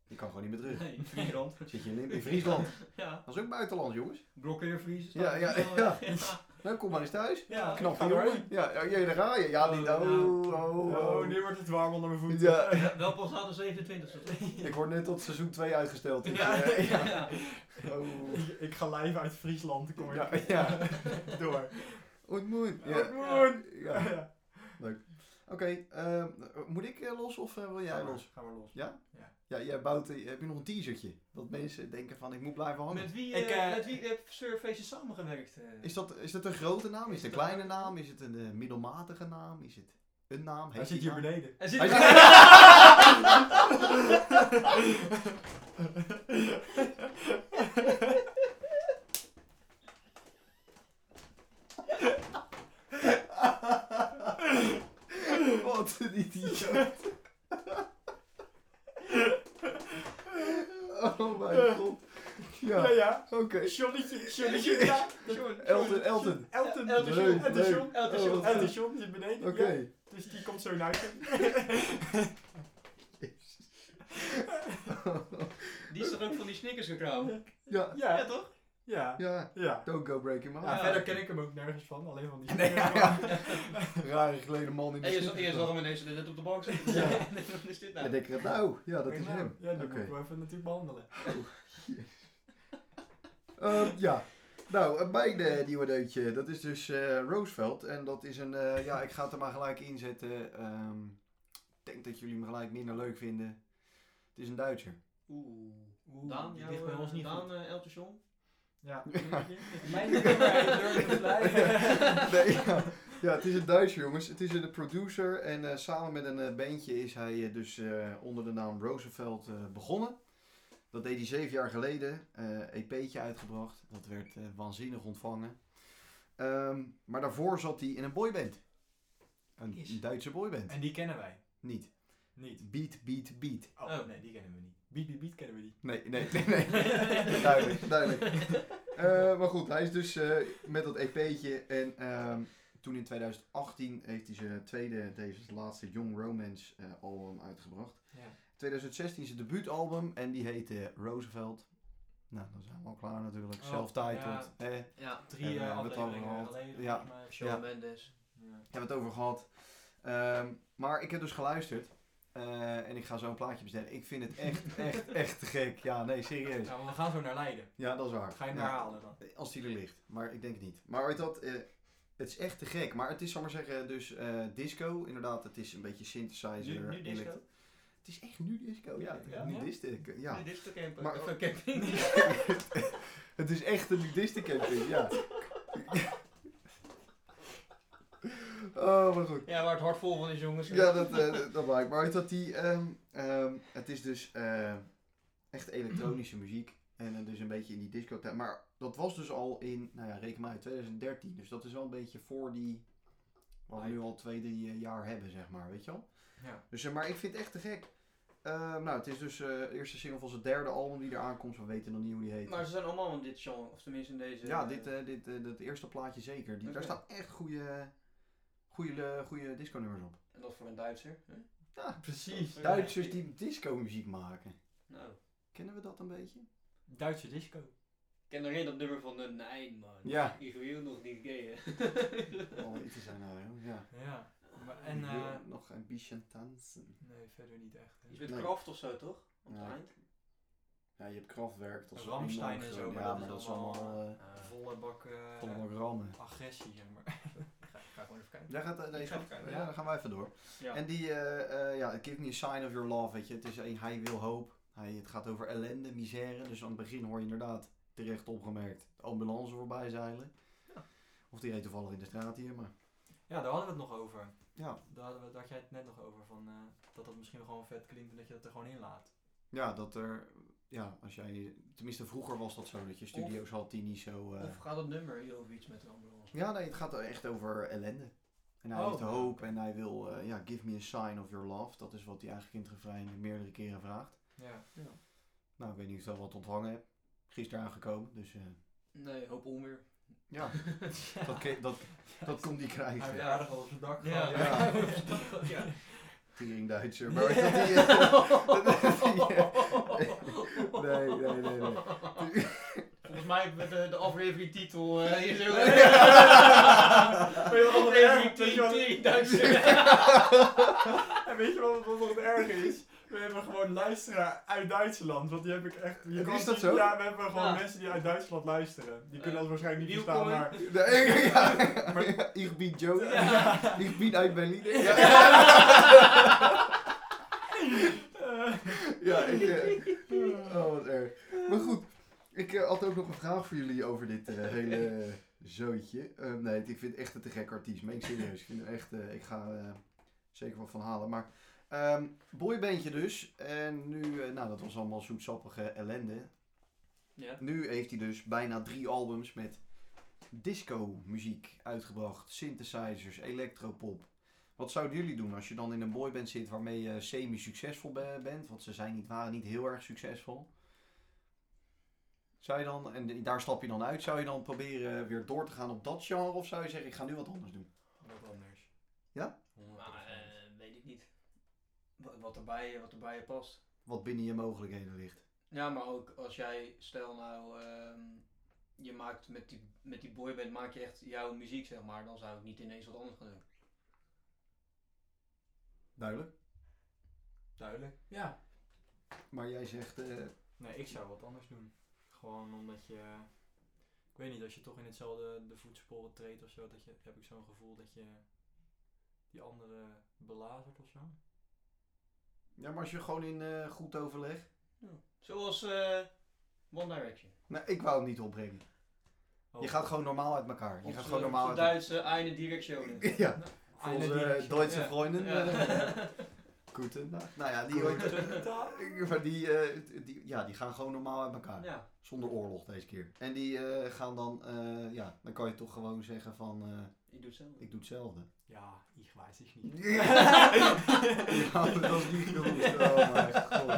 Speaker 2: Je kan gewoon niet meer terug.
Speaker 3: nee, in Friesland.
Speaker 2: Zit je in, Lim- in Friesland?
Speaker 3: ja,
Speaker 2: Dat is ook buitenland, jongens.
Speaker 3: blokkeervries.
Speaker 2: Ja, ja, ja.
Speaker 3: eh,
Speaker 2: Nou, kom maar eens thuis.
Speaker 1: Ja,
Speaker 2: Knap jongen. Ja, ja, ja, daar ga je. Ja, niet.
Speaker 3: Oh,
Speaker 2: Oh,
Speaker 3: nou.
Speaker 2: oh, oh.
Speaker 1: wordt het warm onder mijn
Speaker 2: Ja.
Speaker 3: Wel pas na de 27 e
Speaker 2: Ik word net tot seizoen 2 uitgesteld. Dus,
Speaker 3: Ja,
Speaker 2: eh,
Speaker 3: ja,
Speaker 2: ja.
Speaker 3: ja.
Speaker 2: Oh.
Speaker 1: Ik ga live uit Friesland, kom
Speaker 2: Ja, ja.
Speaker 1: door.
Speaker 2: Goed moed.
Speaker 1: Goed
Speaker 2: Ja.
Speaker 1: moed.
Speaker 2: Ja. Oké, ehm, moet ik eh, los of eh, wil jij los?
Speaker 1: Ga maar los.
Speaker 2: Ja, jij bouwt, eh, heb je nog een teasertje? Dat mensen denken van ik moet blijven hangen.
Speaker 3: Met wie,
Speaker 1: Ik,
Speaker 3: eh,
Speaker 1: eh,
Speaker 3: met wie heb Surface samengewerkt? eh?
Speaker 2: Is dat, is dat een grote naam? Is
Speaker 3: Is
Speaker 2: het een
Speaker 3: dat-
Speaker 2: kleine naam? Is het een eh, middelmatige naam? Is het een naam?
Speaker 1: Hij
Speaker 2: Heeft
Speaker 1: zit
Speaker 2: die
Speaker 1: hier
Speaker 2: naam?
Speaker 1: beneden.
Speaker 3: Hij zit-
Speaker 2: Hij Wat een idioot. Oh mijn god. Ja,
Speaker 1: ja.
Speaker 2: oké.
Speaker 1: Johnnetje,
Speaker 3: Johnnetje,
Speaker 1: ja.
Speaker 3: John,
Speaker 2: Elton, Elton.
Speaker 1: Elton.
Speaker 3: Elton John,
Speaker 2: Leuk,
Speaker 1: Elton
Speaker 2: leuk.
Speaker 1: John.
Speaker 3: Elton John.
Speaker 2: Oh, wat
Speaker 1: Elton
Speaker 2: goed.
Speaker 1: John zit beneden.
Speaker 2: Oké.
Speaker 1: ja. Dus die komt zo naar je.
Speaker 3: Die is toch ook van die sneakers gekraamd?
Speaker 2: Ja,
Speaker 3: Ja,
Speaker 1: Ja,
Speaker 3: toch?
Speaker 1: ja,
Speaker 2: ja.
Speaker 1: ja.
Speaker 2: Don't go breaking my
Speaker 1: Ja,
Speaker 2: heart.
Speaker 1: verder ken ik hem ook nergens van, alleen van die
Speaker 2: Nee, ja, ja. Rare geleden man in de
Speaker 3: En je, zag- je
Speaker 2: sneakers.
Speaker 3: zag hem ineens net op de bank zitten.
Speaker 1: Ja.
Speaker 3: Ja. Wat is dit
Speaker 2: Ja,
Speaker 3: nou?
Speaker 2: denk ik, nou, ja, dat is hem.
Speaker 1: Ja, die
Speaker 2: Oké.
Speaker 1: moeten we even natuurlijk behandelen.
Speaker 2: Ehm, ja. Nou, eh, mijn eh, nieuwe deutje, dat is dus eh, Roosevelt. En dat is een, eh, ja, ik ga het er maar gelijk in zetten. Ehm, ik denk dat jullie hem gelijk minder leuk vinden. Het is een Duitser.
Speaker 3: Oeh.
Speaker 1: Oeh,
Speaker 3: Daan,
Speaker 1: die
Speaker 3: jouw,
Speaker 1: ligt bij
Speaker 3: eh,
Speaker 1: ons niet
Speaker 3: Daan
Speaker 1: goed.
Speaker 3: eh, Elton John?
Speaker 1: Ja.
Speaker 3: Mijn
Speaker 2: nee, ja. ja, het is een Duitser, jongens. Het is een producer en eh, samen met een eh, bandje is hij eh, dus eh, onder de naam Roosevelt eh, begonnen. Dat deed hij zeven jaar geleden. eh EP'tje uitgebracht. Dat werd eh, waanzinnig ontvangen. Ehm, maar daarvoor zat hij in een boyband. Een
Speaker 3: Is.
Speaker 2: Duitse boyband.
Speaker 1: En die kennen wij.
Speaker 2: Niet.
Speaker 1: Niet.
Speaker 2: Beat, beat, beat.
Speaker 1: Oh,
Speaker 3: Oh.
Speaker 1: nee, die kennen we niet. Beat Beat Beat kennen we niet.
Speaker 2: Nee, nee, nee. nee. duidelijk, duidelijk. Eh, maar goed, hij is dus eh, met dat EP'tje. En ehm, toen in 2018 heeft hij zijn tweede, deze is het laatste Young Romance eh, album uitgebracht.
Speaker 1: Ja.
Speaker 2: 2016 zijn debuutalbum en die heette Roosevelt. Nou, dan zijn we al klaar natuurlijk.
Speaker 1: Oh,
Speaker 2: Self-titled.
Speaker 1: ja.
Speaker 2: Eh,
Speaker 3: Ja,
Speaker 1: Drie
Speaker 2: En,
Speaker 1: eh,
Speaker 2: eh, we hebben het
Speaker 1: afleveringen
Speaker 2: allemaal
Speaker 1: geleden,
Speaker 2: Ja.
Speaker 1: volgens mij.
Speaker 3: Shawn
Speaker 2: Ja.
Speaker 3: Mendes.
Speaker 1: Ja.
Speaker 2: hebben we het over gehad. Ehm, maar ik heb dus geluisterd. Eh, en ik ga zo een plaatje bestellen. Ik vind het echt, echt, echt te gek. Ja, nee, serieus.
Speaker 1: Nou, maar we gaan zo naar Leiden.
Speaker 2: Ja, dat is waar.
Speaker 1: Ga je hem
Speaker 2: Ja.
Speaker 1: herhalen dan?
Speaker 2: Als die er ligt, maar ik denk het niet. Maar weet dat, eh, het is echt te gek. Maar het is, zal ik maar zeggen, dus eh, disco. Inderdaad, het is een beetje synthesizer.
Speaker 3: Nu, nu disco?
Speaker 2: elect- Het is echt nu disco, ja.
Speaker 1: Ja.
Speaker 2: Nu disco, ja.
Speaker 3: Nu disco camper.
Speaker 2: Maar-
Speaker 3: Of een camping.
Speaker 2: Het is echt een nudistencamping, ja. oh, maar goed.
Speaker 3: Ja, waar het hart vol van is, jongens.
Speaker 2: Ja, dat, eh, dat- dat blijkt. Maar weet dat die, ehm, ehm, het is dus eh, echt elektronische muziek. En eh, dus een beetje in die disco. Maar dat was dus al in, nou ja, reken maar uit, 2013. Dus dat is wel een beetje voor die, wat we nu al twee, drie eh, jaar hebben, zeg maar. Weet je wel?
Speaker 1: Ja.
Speaker 2: Dus, eh, maar ik vind het echt te gek. Ehm, nou, het is dus eh, de eerste single van zijn derde album die eraan komt. We weten nog niet hoe die heet.
Speaker 3: Maar ze zijn allemaal in dit genre, of tenminste in deze...
Speaker 2: ja,
Speaker 3: eh,
Speaker 2: dit, eh, dit, eh, dat eerste plaatje zeker. Die, Daar
Speaker 3: Oké.
Speaker 2: staan echt goede, goede, eh, goede disco-nummers op.
Speaker 3: En dat voor een Duitser. Hè?
Speaker 2: Ja,
Speaker 1: Precies.
Speaker 2: Duitsers die disco-muziek maken.
Speaker 3: Nou, ik
Speaker 2: Kennen we dat een beetje?
Speaker 1: Duitse disco.
Speaker 3: ken alleen dat nummer van de Nein, man.
Speaker 2: Ja.
Speaker 3: Ik wil nog niet gay, hè.
Speaker 2: Om iets te zijn nou, joh. Ja.
Speaker 1: Ja. Maar- en,
Speaker 2: Ik wil
Speaker 1: eh,
Speaker 2: nog een beetje dansen.
Speaker 1: Nee, verder niet echt. hè.
Speaker 3: Iets met
Speaker 2: Nee.
Speaker 3: kraft of zo, toch? Op het
Speaker 2: Ja.
Speaker 3: eind.
Speaker 2: Ja, je hebt krachtwerk.
Speaker 1: dat is Rammstein enorm en zo, groot. maar
Speaker 2: Ja,
Speaker 1: dat
Speaker 2: maar
Speaker 1: is
Speaker 2: dat is
Speaker 1: allemaal,
Speaker 2: allemaal... eh,
Speaker 3: Ah,
Speaker 1: Volle bak eh,
Speaker 2: Allemaal rammen.
Speaker 1: agressie, zeg maar.
Speaker 3: ik ga, ik ga gewoon even kijken.
Speaker 2: Jij gaat, eh, nee,
Speaker 3: Ik ga even
Speaker 2: ja,
Speaker 3: kijken.
Speaker 2: dan gaan wij even door.
Speaker 3: Ja.
Speaker 2: En die, eh eh ja, give me a sign of your love, weet je. Het is één, hij wil hoop. Hij, het gaat over ellende, misère. Dus aan het begin hoor je inderdaad, terecht opgemerkt, de ambulance voorbij zeilen.
Speaker 3: Ja.
Speaker 2: Of die reed toevallig in de straat hier, maar...
Speaker 1: Ja, daar hadden we het nog over.
Speaker 2: Ja.
Speaker 1: Daar hadden we, daar had jij het net nog over. Van, eh, dat dat misschien gewoon vet klinkt en dat je dat er gewoon in laat.
Speaker 2: Ja, dat er... Ja, als jij... Tenminste, vroeger was dat zo, dat je studio's had die niet zo... eh,
Speaker 3: Of gaat het nummer hier over iets met een ambulance?
Speaker 2: Ja, nee, het gaat er echt over ellende. En hij
Speaker 1: Oh,
Speaker 2: heeft
Speaker 1: ja,
Speaker 2: hoop
Speaker 1: oké.
Speaker 2: en hij wil, eh, ja, give me a sign of your love. Dat is wat hij eigenlijk in het refrein meerdere keren vraagt.
Speaker 1: Ja.
Speaker 2: Nou, ik weet niet of je dat wat ontvangen hebt. Gisteren aangekomen, dus eh,
Speaker 3: Nee, hoop onweer.
Speaker 2: ja, dat, ke- dat, dat kon die
Speaker 1: Hij
Speaker 2: krijgen.
Speaker 1: werd aardig al op zijn dak.
Speaker 3: Ja.
Speaker 1: gehad.
Speaker 2: Ja.
Speaker 3: ja.
Speaker 2: Tiering Duitser. Maar dat die, eh, dat die, eh, nee, nee, nee, nee.
Speaker 3: Volgens mij met de, de aflevering titel eh, hier zo.
Speaker 1: Ja.
Speaker 3: Met de aflevering
Speaker 1: Weet je wat-
Speaker 3: 10, 10.000.
Speaker 1: En weet je wat wat nog het erg is? We hebben gewoon luisteraar uit Duitsland. Want die heb ik echt. je
Speaker 2: Is
Speaker 1: kan
Speaker 2: dat
Speaker 1: zien-
Speaker 2: zo?
Speaker 1: Ja, we hebben gewoon
Speaker 3: Ja.
Speaker 1: mensen die uit Duitsland luisteren. Die kunnen
Speaker 3: Eh,
Speaker 1: ons waarschijnlijk niet
Speaker 3: Wielkomen.
Speaker 1: verstaan, maar.
Speaker 2: Nee, ja. Maar, ik bied Joe.
Speaker 1: Ja.
Speaker 2: Ik bied uit Berlin. Ja, ja ik, eh, oh, wat erg. Maar goed, ik eh, had ook nog een vraag voor jullie over dit eh, hele eh, zootje. Eh, nee, ik vind het echt een te gek artiest. Meen ik serieus. Ik, vind hem echt, eh, ik ga eh, zeker wat van halen. Maar ehm boybandje dus. En nu, eh, nou dat was allemaal zoetsappige ellende.
Speaker 3: Ja.
Speaker 2: Nu heeft hij dus bijna drie albums met disco muziek uitgebracht. Synthesizers, electropop. Wat zouden jullie doen als je dan in een boyband zit waarmee je semi-succesvol be- bent? Want ze zijn niet, waren niet heel erg succesvol. Zou je dan, en daar stap je dan uit, zou je dan proberen weer door te gaan op dat genre? Of zou je zeggen, ik ga nu wat anders doen?
Speaker 1: Wat anders.
Speaker 2: Ja?
Speaker 3: Maar eh, weet ik niet. Wat, wat, erbij, wat erbij past.
Speaker 2: Wat binnen je mogelijkheden ligt.
Speaker 3: Ja, maar ook als jij, stel nou, ehm, je maakt met die, met die boyband maak je echt jouw muziek, zeg maar, dan zou ik niet ineens wat anders gaan doen.
Speaker 2: Duidelijk.
Speaker 1: Duidelijk. Ja.
Speaker 2: Maar jij zegt, eh,
Speaker 1: Nee, ik zou wat anders doen. Gewoon omdat je... Ik weet niet, als je toch in hetzelfde de voetsporen treedt of zo, dat je, heb ik zo'n gevoel dat je die andere belazert of zo.
Speaker 2: ja, maar als je gewoon in eh, goed overleg.
Speaker 3: Zoals eh, One Direction.
Speaker 2: Nou, ik wou hem niet opbrengen. Je
Speaker 1: Oh.
Speaker 2: gaat gewoon normaal uit elkaar. Je
Speaker 3: Op
Speaker 2: gaat
Speaker 3: z'n-
Speaker 2: gewoon
Speaker 3: op
Speaker 2: normaal uit
Speaker 3: z'n eh, Duitse eine Direction.
Speaker 2: Ja, voor
Speaker 1: Eine
Speaker 2: onze
Speaker 1: Direction.
Speaker 2: Duitse
Speaker 3: Ja.
Speaker 2: vrienden. eh,
Speaker 3: Ja.
Speaker 2: Goedendag. Nou ja, die
Speaker 1: Goedendag.
Speaker 2: Maar die, eh, die, ja, die gaan gewoon normaal uit elkaar.
Speaker 3: Nou, ja.
Speaker 2: Zonder oorlog deze keer. En die eh, gaan dan, eh, ja, dan kan je toch gewoon zeggen van, eh,
Speaker 3: Je doet hetzelfde.
Speaker 2: ik doe hetzelfde.
Speaker 1: Ja, ik weet het niet.
Speaker 2: ja, dat was niet genoeg. Oh mijn god.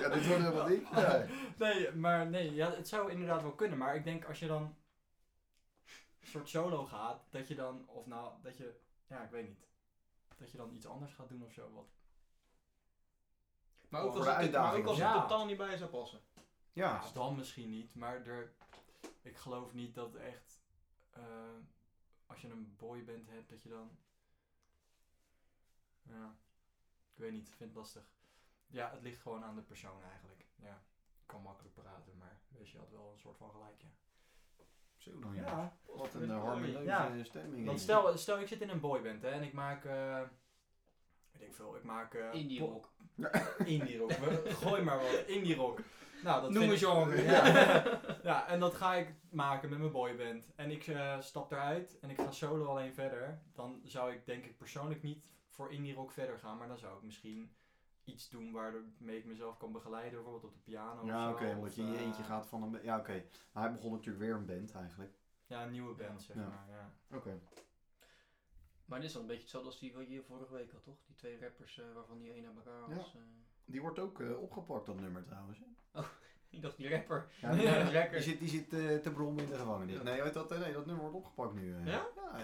Speaker 2: Ja, dit wordt helemaal niet. Nee.
Speaker 1: Nee, maar nee, ja, het zou inderdaad wel kunnen. Maar ik denk als je dan een soort solo gaat, dat je dan, of nou, dat je, ja, ik weet niet. Dat je dan iets anders gaat doen of zo. Wat.
Speaker 3: Maar ook
Speaker 1: Voor
Speaker 3: als
Speaker 1: de
Speaker 3: het, maar ook
Speaker 2: uitdaging.
Speaker 3: als het
Speaker 1: Ja.
Speaker 3: totaal niet bij je zou passen.
Speaker 2: Ja,
Speaker 1: Ja, Dus dan misschien niet, maar er, ik geloof niet dat echt, eh, als je een boyband hebt, dat je dan, ja, ik weet niet, ik vind het lastig. Ja, het ligt gewoon aan de persoon eigenlijk. Ja, ik kan makkelijk praten, maar weet je, had wel een soort van gelijk, ja.
Speaker 2: zo dan ja. Wat een eh,
Speaker 1: harmonie.
Speaker 2: harmonieuze
Speaker 1: Ja,
Speaker 2: stemming.
Speaker 1: Want stel, stel ik zit in een boyband hè, en ik maak, eh weet ik veel, ik maak eh,
Speaker 3: Indie
Speaker 1: pop-
Speaker 3: rock.
Speaker 1: indie rock. We- Gooi maar wat, indie rock. Nou, dat
Speaker 3: Noem
Speaker 1: vind
Speaker 3: een
Speaker 1: ik-
Speaker 3: genre.
Speaker 1: Ja. ja, en dat ga ik maken met mijn boyband. En ik eh, stap eruit en ik ga solo alleen verder. Dan zou ik denk ik persoonlijk niet voor indie rock verder gaan, maar dan zou ik misschien iets doen waarmee ik mezelf kan begeleiden, bijvoorbeeld op de piano. of
Speaker 2: Ja,
Speaker 1: zo,
Speaker 2: oké, omdat
Speaker 1: of,
Speaker 2: je in je
Speaker 1: eh,
Speaker 2: eentje gaat van een... ba- Ja, oké. Maar Hij begon natuurlijk weer een band eigenlijk.
Speaker 1: Ja, een nieuwe band, zeg
Speaker 2: Ja.
Speaker 1: maar. Ja.
Speaker 2: Oké.
Speaker 3: Maar dit is dan een beetje hetzelfde als die wat je vorige week had, toch? Die twee rappers eh, waarvan die een aan elkaar
Speaker 2: Ja.
Speaker 3: was. eh.
Speaker 2: Die wordt ook eh, opgepakt, dat nummer trouwens. hè?
Speaker 3: ik dacht die rapper.
Speaker 2: Ja, die,
Speaker 3: Ja, lekker.
Speaker 2: die zit, die zit eh, te brommen in de gevangenis.
Speaker 3: Ja.
Speaker 2: Nee, weet dat, eh, nee, dat nummer wordt opgepakt nu. eh.
Speaker 3: Ja?
Speaker 2: eh,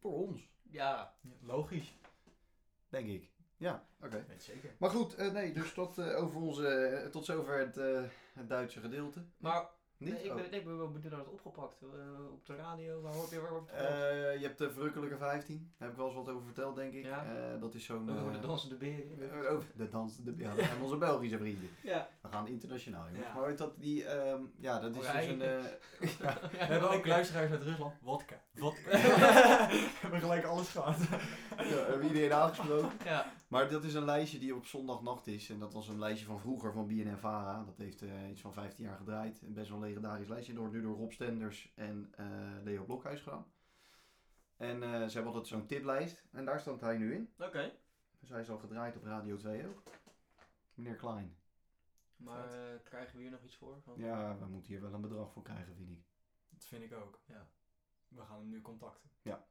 Speaker 2: voor ons,
Speaker 3: Ja.
Speaker 1: Logisch.
Speaker 2: denk ik. Ja, oké.
Speaker 1: Weet zeker.
Speaker 2: Maar goed, eh, nee, dus tot, eh, over onze, eh, tot zover het, eh, het Duitse gedeelte.
Speaker 3: Maar
Speaker 2: Niet?
Speaker 3: nee, ik,
Speaker 2: Oh.
Speaker 3: ben, nee, ik ben wel benieuwd naar het opgepakt. eh, op de radio, waar hoort je waar wordt het opgepakt?
Speaker 2: Eh, je hebt de Verrukkelijke 15. Daar heb ik wel eens wat over verteld, denk ik.
Speaker 3: Ja.
Speaker 2: Eh, dat is zo'n...
Speaker 3: Ook over
Speaker 2: eh,
Speaker 3: de dansende beren.
Speaker 2: eh, over de dans... De, ja, dat zijn onze Belgische vrienden.
Speaker 3: Ja.
Speaker 2: We gaan internationaal, jongens.
Speaker 1: Ja.
Speaker 2: Maar weet dat die... ehm, ja, dat is dus
Speaker 3: Oranje.
Speaker 2: een... eh, ja.
Speaker 1: We hebben ook luisteraars uit Rusland. Wodka. Wodka. we hebben gelijk alles gehad.
Speaker 2: Ja, we hebben iedereen aangesproken.
Speaker 3: Ja.
Speaker 2: Maar dat is een lijstje die op zondagnacht is. En dat was een lijstje van vroeger van BNNVARA. Dat heeft eh, iets van 15 jaar gedraaid. Een best wel legendarisch lijstje. Dat wordt nu door Rob Stenders en eh, Leo Blokhuis gedaan. En eh, ze hebben altijd zo'n tiplijst. En daar staat hij nu in.
Speaker 3: Oké.
Speaker 2: Dus hij is al gedraaid op Radio 2 ook. Meneer Klein.
Speaker 3: Maar
Speaker 1: Vet.
Speaker 3: eh, krijgen we hier nog iets voor? Want-
Speaker 2: Ja, we moeten hier wel een bedrag voor krijgen, vind ik.
Speaker 1: Dat vind ik ook.
Speaker 3: Ja.
Speaker 1: We gaan hem nu contacten.
Speaker 2: Ja.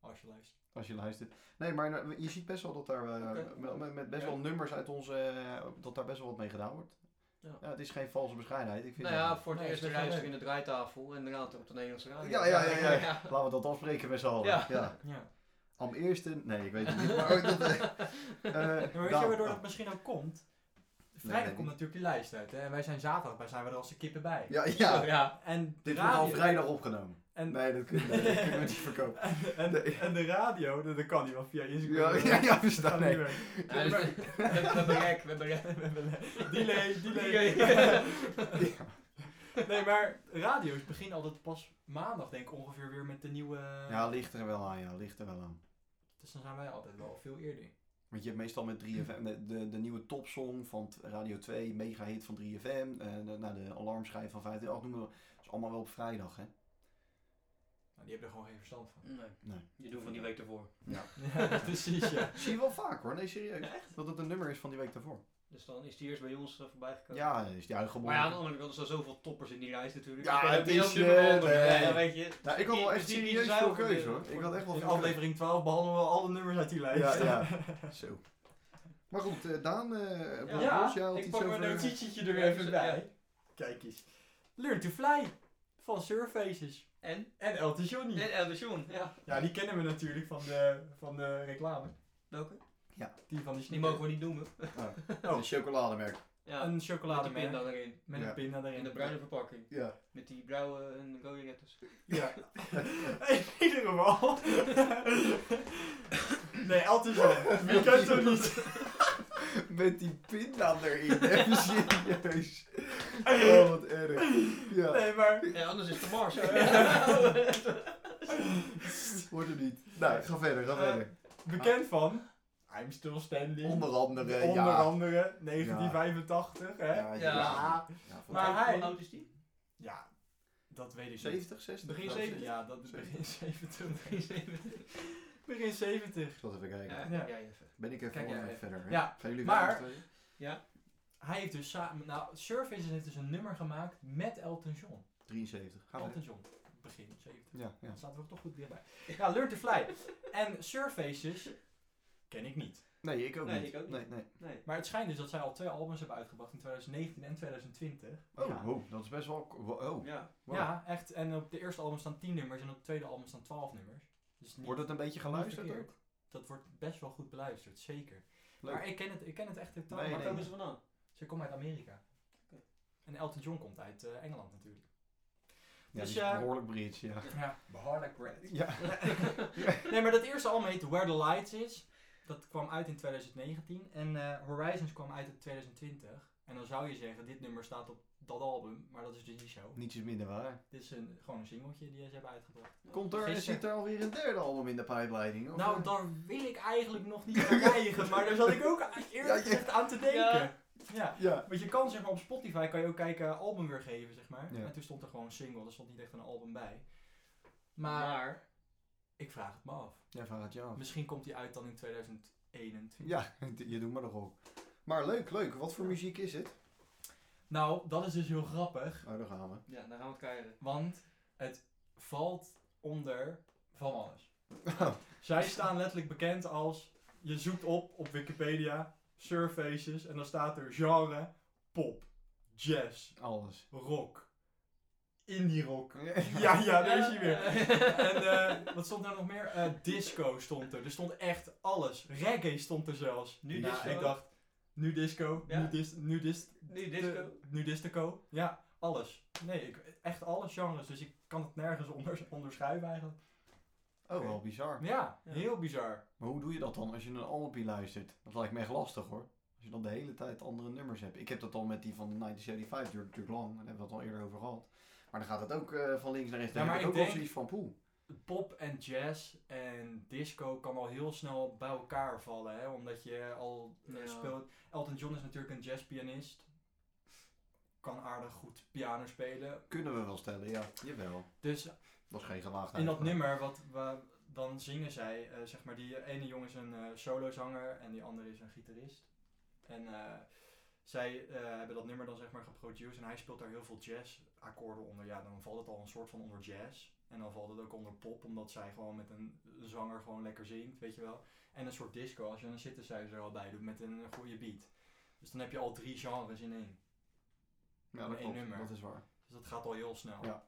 Speaker 1: Als je luistert.
Speaker 2: Als je luistert. Nee, maar eh, je ziet best wel dat daar eh,
Speaker 3: Oké.
Speaker 2: met- met, met best wel nummers uit onze... eh, dat daar best wel wat mee gedaan wordt.
Speaker 3: Ja.
Speaker 2: Ja. het is geen valse bescheidenheid. Ik vind
Speaker 3: Nou
Speaker 2: dat-
Speaker 3: ja, voor het
Speaker 1: Nee,
Speaker 3: eerst
Speaker 1: dat is wel
Speaker 3: luisteren
Speaker 1: leuk.
Speaker 3: in de draaitafel en daarna op de Nederlandse radio.
Speaker 2: Ja, ja, ja, ja.
Speaker 3: ja.
Speaker 2: Laten we dat afspreken met z'n allen.
Speaker 3: Ja.
Speaker 2: Ja.
Speaker 1: Ja.
Speaker 2: Am eerste... Nee, ik weet het niet. Maar ook dat... eh, eh,
Speaker 1: weet je
Speaker 2: Daan-
Speaker 1: waardoor dat misschien ook komt? Vrijdag
Speaker 2: weet ik
Speaker 1: komt natuurlijk die lijst uit. Hè? En wij zijn zaterdag, wij zijn we er als de kippen bij.
Speaker 2: Ja, ja.
Speaker 3: ja.
Speaker 1: En de
Speaker 2: Dit wordt al
Speaker 1: radio...
Speaker 2: vrijdag opgenomen.
Speaker 1: En,
Speaker 2: Nee, dat kunnen, nee, dat kunnen we niet verkopen.
Speaker 1: en, en,
Speaker 2: Nee.
Speaker 1: en de radio, dat, dat kan niet, want via
Speaker 2: Ja,
Speaker 1: Instagram...
Speaker 2: ja, ja,
Speaker 1: dat kan
Speaker 2: verstaan. Nee.
Speaker 1: niet werken.
Speaker 3: Ja, dus we, we hebben rek, we hebben rek.
Speaker 1: We hebben le- delay, delay.
Speaker 3: Delay.
Speaker 1: nee, maar radio's beginnen altijd pas maandag, denk ik, ongeveer weer met de nieuwe...
Speaker 2: Ja, ligt er wel aan, ja. Ligt er wel aan.
Speaker 1: Dus dan zijn wij altijd wel veel eerder.
Speaker 2: Want je hebt meestal met 3FM de, de, de nieuwe topsong van t- Radio 2, mega hit van 3FM, eh, de, nou, de alarmschijf van 538, noem maar op. Dat is allemaal wel op vrijdag, hè?
Speaker 1: Nou, die hebben er gewoon geen verstand van.
Speaker 3: Nee,
Speaker 2: Nee.
Speaker 3: die doen we van die week ervoor.
Speaker 1: Ja, precies, ja.
Speaker 2: Zie je wel vaak hoor, nee serieus. Dat het een nummer is van die week daarvoor.
Speaker 3: Dus dan is die eerst bij ons eh, voorbij gekomen.
Speaker 2: Ja, is die uitgebonden.
Speaker 3: Maar ja, aan de andere kant zijn er zoveel toppers in die lijst natuurlijk.
Speaker 2: Ja,
Speaker 3: Ik ben
Speaker 2: het
Speaker 3: ook niet
Speaker 2: is,
Speaker 3: heel dubbel,
Speaker 2: eh,
Speaker 3: maar,
Speaker 2: nee.
Speaker 3: ja, weet je.
Speaker 2: Nou, ik had wel echt
Speaker 3: Misschien niet
Speaker 2: serieus
Speaker 3: zuiver
Speaker 2: veel keuze hoor.
Speaker 3: weer.
Speaker 2: Ik had echt wel
Speaker 1: In
Speaker 2: veel keuze.
Speaker 1: aflevering 12 behandelen we alle nummers uit die lijst.
Speaker 2: Ja, ja. Zo. Maar goed, eh, Daan, eh Bron
Speaker 1: Ja,
Speaker 2: Bos, jij had
Speaker 1: ik
Speaker 2: iets
Speaker 1: pak mijn
Speaker 2: over...
Speaker 1: notitietje er
Speaker 3: Ja,
Speaker 1: even
Speaker 3: ja.
Speaker 1: bij. Kijk eens. Learn to Fly van Surfaces.
Speaker 3: En?
Speaker 1: En Elton Johnny.
Speaker 3: En El Station, ja.
Speaker 1: Ja, die kennen we natuurlijk van de, van de reclame.
Speaker 3: Welke?
Speaker 1: Die van die
Speaker 3: Die
Speaker 1: sneaker.
Speaker 3: mogen we niet noemen.
Speaker 2: Oh, Een chocolademerk.
Speaker 3: Ja,
Speaker 1: een
Speaker 3: met die
Speaker 1: chocolademerk
Speaker 3: pinda erin.
Speaker 1: met
Speaker 2: Ja.
Speaker 1: een pinda erin.
Speaker 3: In de bruine verpakking.
Speaker 2: Ja.
Speaker 3: Met die blauwe en rode letters.
Speaker 1: Ja. In ieder geval. nee, altijd zo. Je kunt toch niet.
Speaker 2: Met die pinda erin. Even serieus. Oh, wat erg. Ja,
Speaker 1: Nee, maar...
Speaker 3: Ja, anders is het de Mars.
Speaker 2: wordt er niet. Nou, ga verder, ga
Speaker 1: Eh,
Speaker 2: verder.
Speaker 1: Bekend van... I'm still standing.
Speaker 2: Onder andere,
Speaker 1: Onder
Speaker 2: ja.
Speaker 1: andere 1985, hè?
Speaker 2: Ja,
Speaker 3: Ja.
Speaker 1: Ja.
Speaker 2: Ja, voor-
Speaker 1: Maar hij-
Speaker 3: Hoe oud is die?
Speaker 1: Ja, dat weet ik niet.
Speaker 2: 70, 60?
Speaker 1: Begin
Speaker 2: Nou,
Speaker 1: 70? Ja, dat is begin 70.
Speaker 3: Begin 70.
Speaker 1: Begin 70.
Speaker 2: Ik zal even kijken.
Speaker 3: Ja,
Speaker 1: Ja.
Speaker 3: jij even.
Speaker 2: Ben ik even
Speaker 1: Kijk jij
Speaker 2: online
Speaker 1: even.
Speaker 2: verder. hè?
Speaker 1: Ja,
Speaker 2: Zijn jullie
Speaker 1: maar-
Speaker 2: verder met
Speaker 3: Ja?
Speaker 1: Hij heeft dus samen... Nou, Surfaces heeft dus een nummer gemaakt met Elton John.
Speaker 2: tweeën? 73. Ga verder.
Speaker 1: Elton John. Begin 70.
Speaker 2: Ja, ja.
Speaker 1: Dan zaten we toch goed dichtbij. Ja, Learn to Fly. En Surfaces ken ik niet.
Speaker 2: Nee, ik ook
Speaker 3: Nee,
Speaker 2: niet.
Speaker 3: ik ook niet.
Speaker 2: Nee, nee.
Speaker 3: Nee.
Speaker 1: Maar het schijnt dus dat zij al twee albums hebben uitgebracht in 2019 en 2020.
Speaker 2: Oh,
Speaker 1: ja.
Speaker 2: wow, dat is best wel... Oh,
Speaker 3: Ja.
Speaker 2: wow.
Speaker 1: Ja, echt. En op de eerste album staan 10 nummers en op het tweede album staan 12 nummers. Dus niet-
Speaker 2: Wordt het een beetje geluisterd
Speaker 1: niet
Speaker 2: ook?
Speaker 1: verkeerd. Dat wordt best wel goed beluisterd, zeker.
Speaker 2: Leuk.
Speaker 1: Maar ik ken het, ik ken het echt totaal
Speaker 2: Nee,
Speaker 1: niet.
Speaker 3: Waar
Speaker 2: nee.
Speaker 3: komen ze vandaan?
Speaker 1: Ze komen uit Amerika.
Speaker 3: Oké.
Speaker 1: En Elton John komt uit eh, Engeland natuurlijk.
Speaker 2: Ja,
Speaker 1: Dus
Speaker 2: die is
Speaker 1: ja.
Speaker 2: behoorlijk Brits, ja.
Speaker 1: Ja, behoorlijk red.
Speaker 2: Ja.
Speaker 1: Nee, maar dat eerste album heet Where the Lights Is. Dat kwam uit in 2019. En eh, Horizons kwam uit in 2020. En dan zou je zeggen, dit nummer staat op dat album. Maar dat is dus niet zo.
Speaker 2: Niets is minder waar.
Speaker 1: Dit is een, gewoon een singeltje die ze hebben uitgebracht.
Speaker 2: Komt er,
Speaker 1: Gisteren.
Speaker 2: zit er alweer een derde album in de pijpleiding? of-
Speaker 1: Nou, daar wil ik eigenlijk nog niet aan eigen. Maar daar zat ik ook
Speaker 2: Ja, je-
Speaker 1: eerlijk gezegd aan te denken. Ja.
Speaker 2: Ja.
Speaker 1: Want je kan zeg maar op Spotify kan je ook kijken album weer geven, zeg maar.
Speaker 2: Ja.
Speaker 1: En toen stond er gewoon single, er stond niet echt een album bij. Maar
Speaker 3: Maar.
Speaker 1: ik vraag het me af.
Speaker 2: Ja, van het ja.
Speaker 1: Misschien komt die uit dan in 2021.
Speaker 2: Ja, je doet maar nogal. Maar leuk, leuk. Wat voor muziek is het?
Speaker 1: Nou, dat is dus heel grappig,
Speaker 2: Oh, daar gaan we.
Speaker 3: Ja, daar gaan we het keieren.
Speaker 1: want het valt onder van alles.
Speaker 2: Oh.
Speaker 1: Zij staan letterlijk bekend als, je zoekt op op Wikipedia, surfaces, en dan staat er genre, pop, jazz,
Speaker 2: Alles.
Speaker 1: rock, indie rock. Ja, ja, daar is hij weer. En eh, wat stond daar nog meer? Eh, disco stond er. Er stond echt alles. Reggae stond er zelfs.
Speaker 3: Nu
Speaker 1: Nou,
Speaker 3: disco.
Speaker 1: Ik dacht, nu disco,
Speaker 3: Ja.
Speaker 1: nu, dis, nu, dis,
Speaker 3: Nu disco.
Speaker 1: nu disco. Ja, alles. Nee, ik, echt alle genres. Dus ik kan het nergens onder, onderschuiven eigenlijk.
Speaker 2: Oh, wel bizar.
Speaker 1: Ja,
Speaker 3: Ja.
Speaker 1: heel bizar.
Speaker 2: Maar hoe doe je dat dan als je een album luistert? Dat lijkt me echt lastig hoor. Als je dan de hele tijd andere nummers hebt. Ik heb dat al met die van de 1975, duurt natuurlijk lang. Daar hebben we het al eerder over gehad. Maar dan gaat het ook eh, van links naar rechts. Dan
Speaker 1: Ja,
Speaker 2: heb
Speaker 1: maar
Speaker 2: ik ook
Speaker 1: ik
Speaker 2: wel
Speaker 1: denk-
Speaker 2: zoiets van poe.
Speaker 1: Pop en jazz en disco kan al heel snel bij elkaar vallen, hè? omdat je al eh,
Speaker 3: Ja.
Speaker 1: speelt. Elton John is natuurlijk een jazzpianist. Kan aardig goed piano spelen.
Speaker 2: Kunnen we wel stellen, ja. Jawel.
Speaker 1: Dus
Speaker 2: Dat is geen gewaagdheid.
Speaker 1: In dat
Speaker 2: maar-
Speaker 1: nummer, wat we, dan zingen zij, eh, zeg maar, die ene jongen is een eh solozanger en die andere is een gitarist. En eh, zij eh, hebben dat nummer dan zeg maar geproduceerd en hij speelt daar heel veel jazz-akkoorden onder. Ja, dan valt het al een soort van onder jazz. En dan valt het ook onder pop, omdat zij gewoon met een zanger gewoon lekker zingt, weet je wel. En een soort disco, als je een synthesizer er al bij doet met een goede beat. Dus dan heb je al drie genres in één.
Speaker 2: Ja, dat
Speaker 1: één
Speaker 2: klopt.
Speaker 1: nummer.
Speaker 2: Dat is waar.
Speaker 1: Dus dat gaat al heel snel.
Speaker 2: Ja.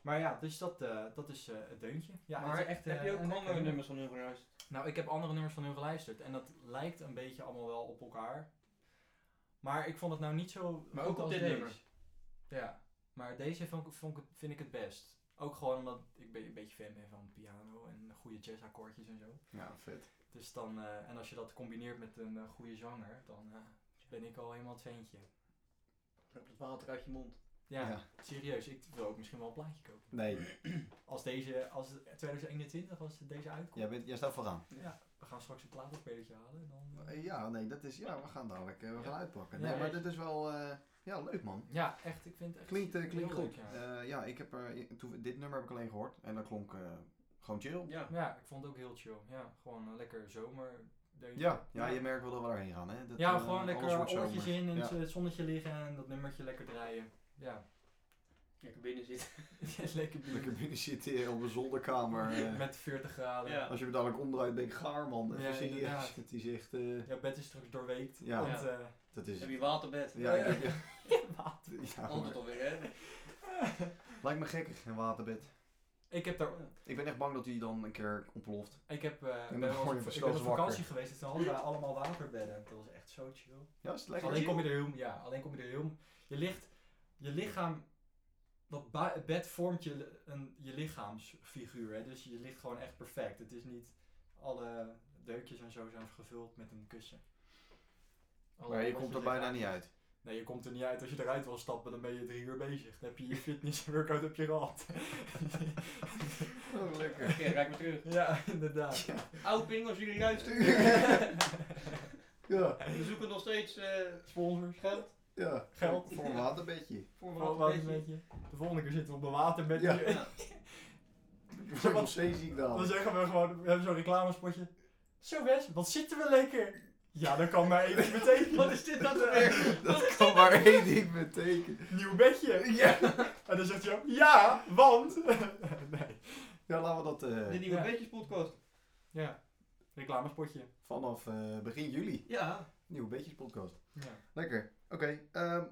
Speaker 1: Maar ja, dus dat, eh, dat is eh, het deuntje. Ja,
Speaker 3: maar
Speaker 1: het is
Speaker 3: echt,
Speaker 1: eh,
Speaker 3: heb je
Speaker 1: een
Speaker 3: ook
Speaker 1: lekker
Speaker 3: andere
Speaker 1: nummer.
Speaker 3: nummers van hun geluisterd?
Speaker 1: Nou, ik heb andere nummers van hun geluisterd. En dat lijkt een beetje allemaal wel op elkaar. Maar ik vond het nou niet zo.
Speaker 3: Maar
Speaker 1: goed
Speaker 3: ook op
Speaker 1: als
Speaker 3: dit
Speaker 1: deze.
Speaker 3: nummer.
Speaker 1: Ja, maar deze vond, ik- vond ik, het- vind ik het best. Ook gewoon omdat ik be- een beetje fan ben van piano en goede jazzakkoordjes en zo.
Speaker 2: Ja, vet.
Speaker 1: Dus dan, eh, en als je dat combineert met een eh, goede zanger, dan eh, ben ik al helemaal het ventje.
Speaker 3: Heb het water uit je mond.
Speaker 1: Ja,
Speaker 2: Ja.
Speaker 1: serieus. Ik wil ook misschien wel een plaatje kopen.
Speaker 2: Nee,
Speaker 1: Als deze, als het 2021, als deze uitkomt.
Speaker 2: jij, bent, jij staat vooraan.
Speaker 1: We gaan straks een platenspelertje halen. en Dan, eh.
Speaker 2: Eh, Ja, nee, dat is... Ja, we gaan dadelijk... eh, we
Speaker 1: Ja.
Speaker 2: gaan uitpakken.
Speaker 1: Ja,
Speaker 2: Nee, maar
Speaker 1: ja.
Speaker 2: dit is wel... eh, ja, leuk man.
Speaker 1: Ja, echt. Ik vind het echt
Speaker 2: Klinkt, eh,
Speaker 1: heel
Speaker 2: klinkt
Speaker 1: leuk,
Speaker 2: goed.
Speaker 1: ja.
Speaker 2: Eh, ja, ik heb er, toen, dit nummer heb ik alleen gehoord en dat klonk eh, gewoon chill.
Speaker 3: Ja.
Speaker 1: Ja, ik vond het ook heel chill. Ja, gewoon een lekker zomer.
Speaker 2: Ja, ja, je merkt wel dat we daarheen gaan. Hè? Dat,
Speaker 1: ja,
Speaker 2: eh,
Speaker 1: gewoon
Speaker 2: alles
Speaker 1: lekker
Speaker 2: wordt zomer.
Speaker 1: oortjes in, in
Speaker 2: Ja.
Speaker 1: het eh, zonnetje liggen en dat nummertje lekker draaien. Ja,
Speaker 3: Lekker binnen zit.
Speaker 1: lekker bier.
Speaker 2: Lekker binnen zitten eh, op een zolderkamer. eh.
Speaker 1: Met 40 graden.
Speaker 3: Ja.
Speaker 2: Als je me dadelijk omdraait, denk ik, gaar man. Even
Speaker 1: Ja,
Speaker 2: serieus.
Speaker 1: inderdaad.
Speaker 2: Het is echt, eh,
Speaker 1: Jouw bed is straks doorweekt.
Speaker 2: Ja.
Speaker 1: Want, eh,
Speaker 2: dat is
Speaker 3: Heb
Speaker 2: het.
Speaker 3: je waterbed?
Speaker 2: Ja, ik heb- ja,
Speaker 1: water.
Speaker 2: ja,
Speaker 3: Anders
Speaker 2: maar-
Speaker 3: alweer, hè?
Speaker 2: Lijkt me gekkig, een waterbed.
Speaker 1: Ik heb daar...
Speaker 2: Ik ben echt bang dat hij dan een keer ontploft.
Speaker 1: Ik heb, eh,
Speaker 2: dan
Speaker 1: ben wel
Speaker 2: word
Speaker 1: eens
Speaker 2: je
Speaker 1: op, ik ben
Speaker 2: versteld
Speaker 1: op vakantie
Speaker 2: wakker.
Speaker 1: geweest. dus Het zijn allemaal, allemaal waterbedden. Dat was echt zo chill.
Speaker 2: Ja, is het lekker?
Speaker 1: Alleen kom je er heel... Ja, alleen kom je er heel... Je ligt... Je lichaam... Dat ba- het bed vormt je, li- een, je lichaamsfiguur. Hè? Dus je ligt gewoon echt perfect. Het is niet... Alle deukjes en zo zijn gevuld met een kussen.
Speaker 2: maar je
Speaker 1: Alles
Speaker 2: komt er
Speaker 1: ligt
Speaker 2: bijna
Speaker 1: daar.
Speaker 2: niet uit.
Speaker 1: Nee, je komt er niet uit. Als je eruit wil stappen, dan ben je drie uur bezig. Dan heb je je fitness workout op je gehad.
Speaker 2: Oh, lekker.
Speaker 3: Oké, rijk maar terug.
Speaker 1: ja, inderdaad.
Speaker 3: Oudping, als jullie luisteren.
Speaker 2: Ja,
Speaker 3: We zoeken nog steeds eh,
Speaker 1: Sponsors.
Speaker 3: geld
Speaker 2: ja.
Speaker 1: Geld.
Speaker 2: Voor een waterbedje.
Speaker 3: voor een
Speaker 1: Wat
Speaker 3: waterbedje.
Speaker 1: De volgende keer zitten we op een waterbedje.
Speaker 2: Ja.
Speaker 3: Ja.
Speaker 1: Zeg maar-
Speaker 2: Nog steeds zie ik
Speaker 1: Dan
Speaker 2: dat.
Speaker 1: zeggen we gewoon, we hebben zo'n reclamespotje. Zo Wes, wat zitten we lekker? Ja, dan kan maar even meteen.
Speaker 3: Wat is dit nou weer?
Speaker 2: Dat kan maar één ding betekenen.
Speaker 1: Nieuw bedje.
Speaker 2: Ja.
Speaker 1: En dan zegt hij ook, ja, want... nee.
Speaker 2: Ja, laten we dat eh,
Speaker 3: De nieuwe
Speaker 1: Ja.
Speaker 3: Bedjes podcast.
Speaker 1: Ja, reclamespotje.
Speaker 2: vanaf eh, begin juli.
Speaker 3: Ja.
Speaker 2: Nieuwe Beetjes podcast.
Speaker 1: Ja,
Speaker 2: Lekker. Oké, ehm,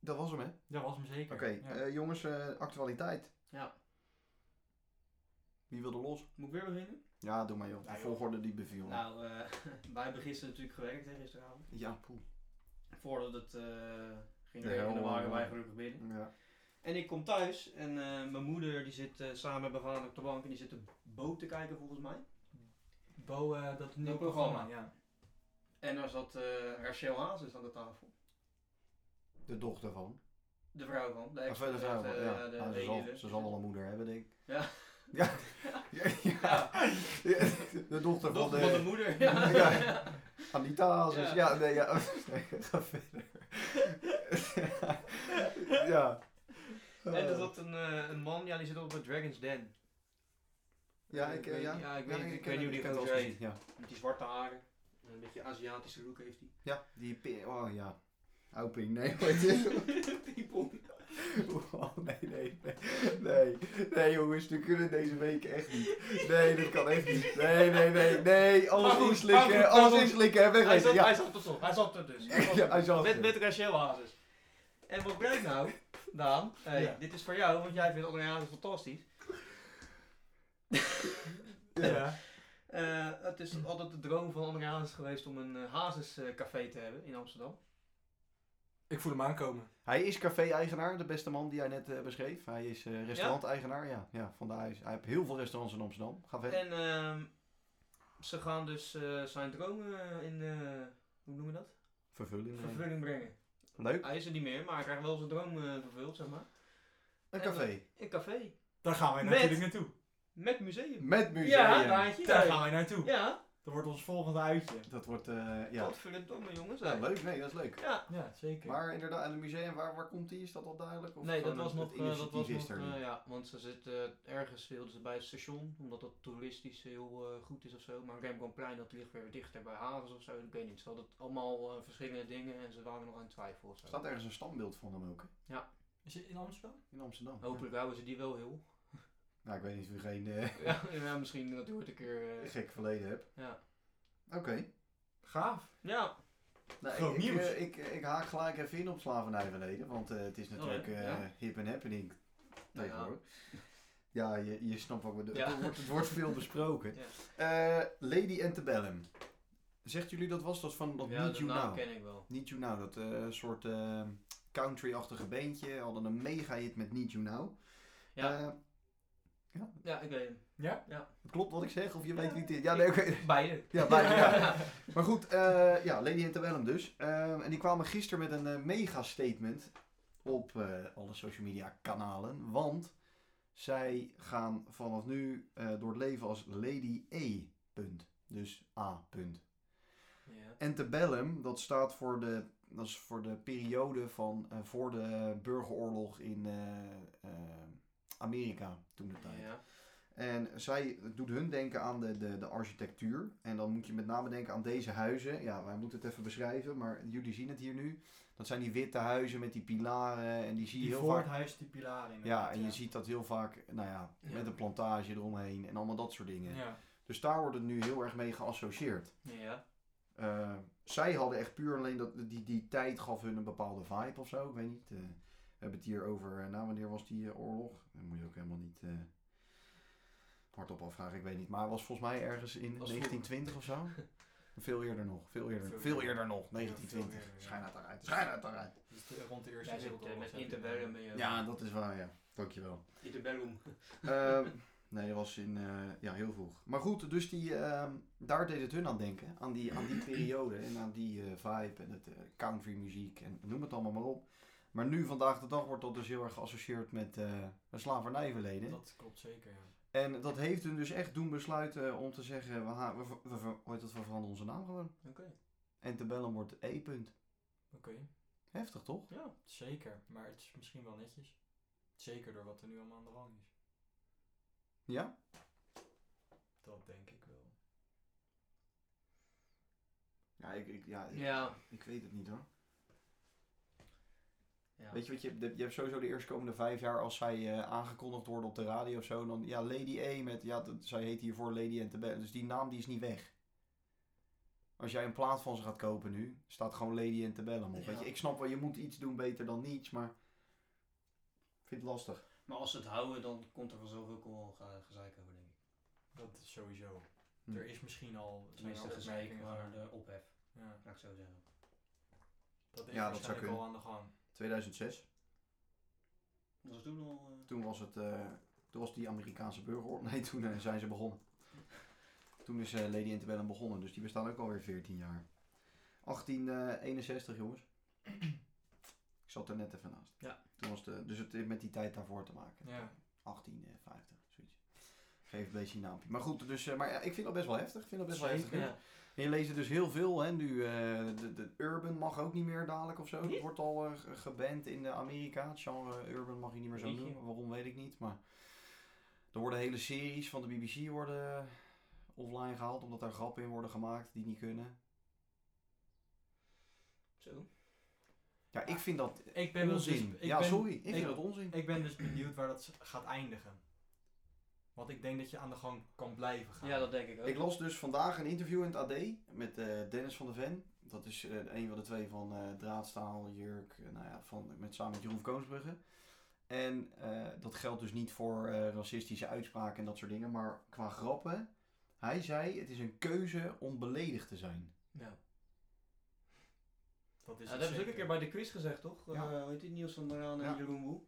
Speaker 2: dat was hem hè.
Speaker 1: dat was hem zeker.
Speaker 2: Oké,
Speaker 1: Ja.
Speaker 2: eh, jongens, eh, actualiteit.
Speaker 3: Ja.
Speaker 2: Wie wil er los?
Speaker 3: Moet ik weer beginnen?
Speaker 2: Ja, doe maar joh. De
Speaker 1: Ja, joh.
Speaker 2: volgorde die beviel.
Speaker 3: Nou, eh, wij hebben gisteren natuurlijk gewerkt, hè, gisteravond.
Speaker 2: Ja, poeh.
Speaker 3: Voordat het eh, ging
Speaker 2: Ja,
Speaker 3: regenen
Speaker 2: helemaal,
Speaker 3: waren wij
Speaker 2: ja.
Speaker 3: gelukkig binnen.
Speaker 2: Ja.
Speaker 3: En ik kom thuis en eh, mijn moeder die zit eh, samen met mijn vader op de bank en die zit een boot te kijken volgens mij.
Speaker 1: Bo, eh, dat nieuwe
Speaker 3: programma.
Speaker 1: programma. Ja.
Speaker 3: En daar zat eh Rachel Hazes aan de tafel.
Speaker 2: De dochter van.
Speaker 3: De vrouw van, de
Speaker 2: Of eh, de vrouw.
Speaker 3: ex-vrouw.
Speaker 2: van, ja.
Speaker 3: de,
Speaker 2: Nou, ze,
Speaker 3: de
Speaker 2: zal,
Speaker 3: hele-
Speaker 2: ze zal wel een moeder hebben, denk ik.
Speaker 3: Ja.
Speaker 2: Ja. ja. ja. De dochter van
Speaker 3: Dochter van de
Speaker 2: de...
Speaker 3: moeder.
Speaker 2: Ja.
Speaker 3: Ja.
Speaker 2: Anita Hazes.
Speaker 3: Ja.
Speaker 2: Ja, nee, ja. Nee, Ga verder. ja.
Speaker 3: En er zat een, eh, een man, ja, die zit op een Dragon's Den.
Speaker 2: Ja, ik, eh,
Speaker 3: weet-
Speaker 2: ja.
Speaker 3: ja, ik weet- ik weet niet hoe die
Speaker 2: ken het
Speaker 3: gozer
Speaker 2: wel
Speaker 3: heet.
Speaker 2: eens. Ja.
Speaker 3: Met die zwarte haren. En Een beetje Aziatische look heeft hij.
Speaker 2: Ja, die pi- Oh ja. Auping, nee, hoe heet dit?
Speaker 3: Piepong.
Speaker 2: Oh, nee, nee, nee. Nee, nee, jongens, we kunnen deze week echt niet. Nee, dat kan echt niet. Nee, nee, nee, nee. Alles
Speaker 3: Maar goed, maar goed,
Speaker 2: inslikken,
Speaker 3: maar
Speaker 2: alles
Speaker 3: goed.
Speaker 2: inslikken en
Speaker 3: Hij
Speaker 2: wegeten.
Speaker 3: zat, hij
Speaker 2: Ja,
Speaker 3: zat er toch, hij zat er dus.
Speaker 2: ja, hij zal
Speaker 3: Met,
Speaker 2: het.
Speaker 3: met Rachel Hazes. En wat blijkt nou, Daan? Hey,
Speaker 1: Ja.
Speaker 3: Dit is voor jou, want jij vindt André Hazes fantastisch.
Speaker 1: Ja.
Speaker 3: Eh, het is altijd de droom van André Hazes geweest om een eh, Hazes eh, café te hebben in Amsterdam.
Speaker 1: Ik voel hem aankomen.
Speaker 2: Hij is café-eigenaar, de beste man die jij net eh, beschreef. Hij is eh, restaurant-eigenaar, ja. ja van de, hij, is- hij heeft heel veel restaurants in Amsterdam. Ga verder.
Speaker 3: En ehm, ze gaan dus eh, zijn droom eh, in, eh, hoe noemen we dat?
Speaker 2: Vervulling. eh,
Speaker 3: Vervulling brengen.
Speaker 2: Leuk.
Speaker 3: Hij is er niet meer, maar hij krijgt wel zijn droom eh, vervuld, zeg maar.
Speaker 2: Een
Speaker 3: en- eh,
Speaker 2: café.
Speaker 3: Een café.
Speaker 1: Daar gaan wij
Speaker 3: Met-
Speaker 1: natuurlijk naartoe.
Speaker 3: Met museum.
Speaker 2: Met museum.
Speaker 3: Ja, Daantje.
Speaker 1: Daar
Speaker 3: Ja,
Speaker 1: gaan wij naartoe.
Speaker 3: ja.
Speaker 1: Dat wordt ons volgende uitje.
Speaker 2: Dat wordt, eh, ja.
Speaker 3: Wat verdomme jongens.
Speaker 2: ja.
Speaker 3: hè.
Speaker 2: Leuk, nee, dat is leuk.
Speaker 3: Ja.
Speaker 1: Ja, zeker.
Speaker 2: Maar inderdaad, en het museum, waar, waar komt die? Is dat al duidelijk? Of
Speaker 3: Nee, dat
Speaker 2: gewoon
Speaker 3: was
Speaker 2: het-
Speaker 3: nog,
Speaker 2: het
Speaker 3: eh, dat was
Speaker 2: initiatief is
Speaker 3: nog
Speaker 2: er
Speaker 3: eh,
Speaker 2: niet?
Speaker 3: ja, want ze zitten eh, ergens hielden ze bij het station, omdat dat toeristisch heel eh, goed is of zo. Maar Rembrandtplein, dat ligt weer dichter bij havens of zo, ik weet niet. Ze hadden allemaal eh, verschillende dingen en ze waren nog aan het twijfelen of
Speaker 2: Er
Speaker 3: zo.
Speaker 2: staat ergens een standbeeld van hem ook, hè?
Speaker 1: Is het in Amsterdam?
Speaker 2: In Amsterdam.
Speaker 3: Hopelijk houden ze die wel heel.
Speaker 2: Ja. Nou, ik weet niet of u geen eh,
Speaker 3: ja, ja, misschien dat hoort een keer. eh,
Speaker 2: gek verleden hebt.
Speaker 3: ja.
Speaker 2: Oké.
Speaker 1: Gaaf.
Speaker 3: ja,
Speaker 2: Nou,
Speaker 1: Groot
Speaker 2: ik, ik,
Speaker 1: nieuws.
Speaker 2: eh, ik, ik haak gelijk even in op slavernijverleden, want eh, het is natuurlijk
Speaker 3: Oh, ja.
Speaker 2: eh,
Speaker 3: Ja.
Speaker 2: hip en happening
Speaker 3: Nou ja.
Speaker 2: tegenwoordig. Ja, je, je snapt ook,
Speaker 3: Ja.
Speaker 2: het, wordt, het wordt veel besproken.
Speaker 3: Ja.
Speaker 2: Eh, Lady Antebellum. Zegt jullie dat was dat van dat
Speaker 3: ja
Speaker 2: Need
Speaker 3: dat
Speaker 2: You
Speaker 3: naam
Speaker 2: Now?
Speaker 3: ken ik wel.
Speaker 2: Need You Now, dat eh, soort eh, country-achtige beentje. Hadden een mega hit met Need You Now.
Speaker 3: Ja.
Speaker 2: Eh,
Speaker 3: Ja, ik weet hem.
Speaker 1: Ja?
Speaker 2: het klopt wat ik zeg, of je
Speaker 3: Ja.
Speaker 2: weet wie het is. Ja, nee, oké.
Speaker 3: Beide.
Speaker 2: Ja, beide, ja. Maar goed, eh, ja, Lady Antebellum dus. Ehm, en die kwamen gisteren met een eh, mega statement op eh, alle social media kanalen. Want zij gaan vanaf nu eh, door het leven als Lady E. Punt. Dus A. Punt.
Speaker 3: Ja.
Speaker 2: Antebellum, dat staat voor de, dat is voor de periode van eh, voor de burgeroorlog in eh, eh, Amerika toen de tijd.
Speaker 3: Ja.
Speaker 2: En zij het doet hun denken aan de, de, de architectuur. En dan moet je met name denken aan deze huizen. Ja, wij moeten het even beschrijven, maar jullie zien het hier nu. Dat zijn die witte huizen met die pilaren. En die zie je
Speaker 1: Die
Speaker 2: heel
Speaker 1: voor het
Speaker 2: vaak.
Speaker 1: huis, die pilaren.
Speaker 2: Ja,
Speaker 1: inderdaad,
Speaker 2: en je ziet dat heel vaak, nou ja,
Speaker 3: Ja.
Speaker 2: met een plantage eromheen en allemaal dat soort dingen.
Speaker 1: Ja.
Speaker 2: Dus daar wordt het nu heel erg mee geassocieerd.
Speaker 3: Ja.
Speaker 2: Eh, zij hadden echt puur alleen dat, die, die tijd gaf hun een bepaalde vibe of zo. Ik weet niet. eh, we hebben het hier over, eh, nou wanneer was die eh, oorlog? Dat moet je ook helemaal niet. eh, hardop afvragen, ik weet niet. Maar het was volgens mij ergens in
Speaker 3: Was
Speaker 2: 1920 of zo. Veel eerder nog, veel eerder, veel,
Speaker 1: Veel
Speaker 2: eerder,
Speaker 1: eerder.
Speaker 2: nog,
Speaker 1: Ja, veel
Speaker 2: 1920.
Speaker 1: eerder, ja.
Speaker 2: schijn uit daaruit, schijn uit daaruit.
Speaker 1: Dus de- rond de Eerste
Speaker 3: Jij zit eh,
Speaker 1: Wereldoorlog.
Speaker 3: met
Speaker 1: heb je-
Speaker 3: Interbellum in je
Speaker 2: Ja, dat is waar, ja. Dankjewel.
Speaker 3: Interbellum.
Speaker 2: Ehm, nee, dat was in, eh, ja, heel vroeg. Maar goed, dus die, ehm, daar deed het hun aan denken. Aan die, aan die periode en aan die eh, vibe en het eh, country muziek en noem het allemaal maar op. Maar nu, vandaag de dag, wordt dat dus heel erg geassocieerd met eh, een slavernijverleden.
Speaker 1: Dat klopt zeker, ja.
Speaker 2: En dat heeft hun dus echt doen besluiten om te zeggen, we, ha- we, ver- we, ver- hoe heet dat, we veranderen onze naam gewoon.
Speaker 1: Oké.
Speaker 2: En Bellum wordt E. punt.
Speaker 1: Oké.
Speaker 2: Heftig, toch?
Speaker 1: Ja, zeker. Maar het is misschien wel netjes. Zeker door wat er nu allemaal aan de gang is.
Speaker 2: Ja?
Speaker 1: Dat denk ik wel.
Speaker 2: Ja, ik, ik- ja, ik,
Speaker 3: Ja.
Speaker 2: ik weet het niet hoor.
Speaker 3: ja.
Speaker 2: Weet je wat, je, hebt- je hebt sowieso de eerstkomende vijf jaar als zij eh, aangekondigd worden op de radio of zo, dan ja, Lady E met, ja, dat, zij heet hiervoor Lady Antebellum, dus die naam die is niet weg. Als jij een plaat van ze gaat kopen nu, staat gewoon Lady Antebellum op.
Speaker 3: Ja.
Speaker 2: Weet je, ik snap wel, je moet iets doen beter dan niets, maar ik vind het lastig.
Speaker 3: Maar als ze het houden, dan komt er vanzelf ook wel ge- gezeik over, denk ik.
Speaker 1: Dat is sowieso.
Speaker 2: Hm.
Speaker 1: Er is misschien al... zijn
Speaker 3: Tenminste,
Speaker 1: er al
Speaker 3: gezeik,
Speaker 1: opmerkingen
Speaker 3: maar
Speaker 1: gedaan.
Speaker 3: de ophef,
Speaker 1: Ja,
Speaker 3: laat ik zo zeggen.
Speaker 1: dat is
Speaker 2: Ja, dat zou
Speaker 1: waarschijnlijk
Speaker 2: kunnen.
Speaker 1: al aan de gang.
Speaker 2: 2006,
Speaker 3: Dat was toen al... eh,
Speaker 2: toen was het, eh, toen was die Amerikaanse burgeroorlog, nee, toen eh, zijn ze begonnen. Toen is eh, Lady Antebellum begonnen, dus die bestaan ook alweer 14 jaar. 1861 jongens. Ik zat er net even naast.
Speaker 3: Ja.
Speaker 2: Toen was de, dus het heeft met die tijd daarvoor te maken.
Speaker 1: Ja.
Speaker 2: 1850, zoiets. Geef een beetje een naampje. Maar goed, dus, eh, maar ja, ik vind dat best wel heftig. Ik vind dat best wel
Speaker 1: Zeker.
Speaker 2: heftig. hè. En je leest er dus heel veel. Hè, nu, eh, de, de urban mag ook niet meer dadelijk of zo. Het wordt al eh, ge- geband in eh, Amerika. Het genre urban mag je niet meer zo
Speaker 3: Weet je.
Speaker 2: noemen. Waarom weet ik niet. Maar er worden hele series van de BBC worden eh, offline gehaald. Omdat daar grappen in worden gemaakt die niet kunnen.
Speaker 3: Zo.
Speaker 2: Ja, ik vind dat
Speaker 1: Ah, Ik ben wel
Speaker 2: onzin.
Speaker 1: dus- ik
Speaker 2: ja,
Speaker 1: ben-
Speaker 2: sorry. Ik, vind
Speaker 1: ik-
Speaker 2: dat onzin.
Speaker 1: Ik ben dus benieuwd waar dat gaat eindigen. Want ik denk dat je aan de gang kan blijven gaan.
Speaker 3: Ja, dat denk ik ook.
Speaker 2: Ik las dus vandaag een interview in het AD met eh, Dennis van der Ven. Dat is eh, een van de twee van eh, Draadstaal, Jurk, eh, nou ja, van, met, samen met Jeroen Koonsbrugge. En eh, dat geldt dus niet voor eh, racistische uitspraken en dat soort dingen, maar qua grappen. Hij zei, het is een keuze om beledigd te zijn.
Speaker 3: Ja.
Speaker 1: Dat is het
Speaker 3: Ja, Dus dat hebben ze ook een
Speaker 1: zeker.
Speaker 3: keer bij de quiz gezegd, toch?
Speaker 2: Ja.
Speaker 3: Ja. hoe heet die Niels van der Laan en
Speaker 2: Ja.
Speaker 3: Jeroen Woe?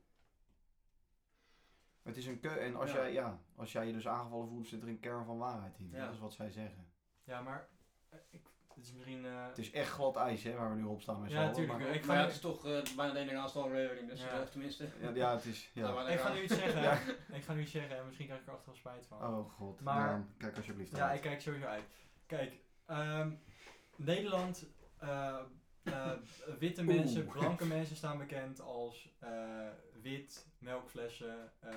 Speaker 2: Het is een keu en als,
Speaker 3: Ja.
Speaker 2: jij, ja, als jij je dus aangevallen voelt, zit er een kern van waarheid in.
Speaker 3: Ja.
Speaker 2: Dat is wat zij zeggen.
Speaker 1: Ja, maar eh, ik, het is misschien... eh,
Speaker 2: Het is echt glad ijs hè, waar we nu op staan met z'n
Speaker 1: ja,
Speaker 2: allen,
Speaker 1: natuurlijk.
Speaker 2: maar-
Speaker 1: Ik ga,
Speaker 3: Maar ja,
Speaker 1: nu,
Speaker 3: het is toch eh, bijna de ene laatste aflevering, dus
Speaker 1: Ja.
Speaker 3: eh, tenminste.
Speaker 2: Ja, ja, het is...
Speaker 3: Nou,
Speaker 2: Ja.
Speaker 3: maar
Speaker 1: ik ga
Speaker 3: dan-
Speaker 1: nu iets zeggen.
Speaker 2: Ja.
Speaker 1: Ik ga nu iets zeggen en misschien krijg ik er achteraf spijt van.
Speaker 2: Oh god,
Speaker 1: Maar-
Speaker 2: Nou, kijk alsjeblieft
Speaker 1: Ja,
Speaker 2: uit.
Speaker 1: ik kijk sowieso uit. Kijk, ehm, Nederland, eh, eh, witte
Speaker 2: Oeh.
Speaker 1: mensen, blanke mensen staan bekend als eh, wit, melkflessen, eh,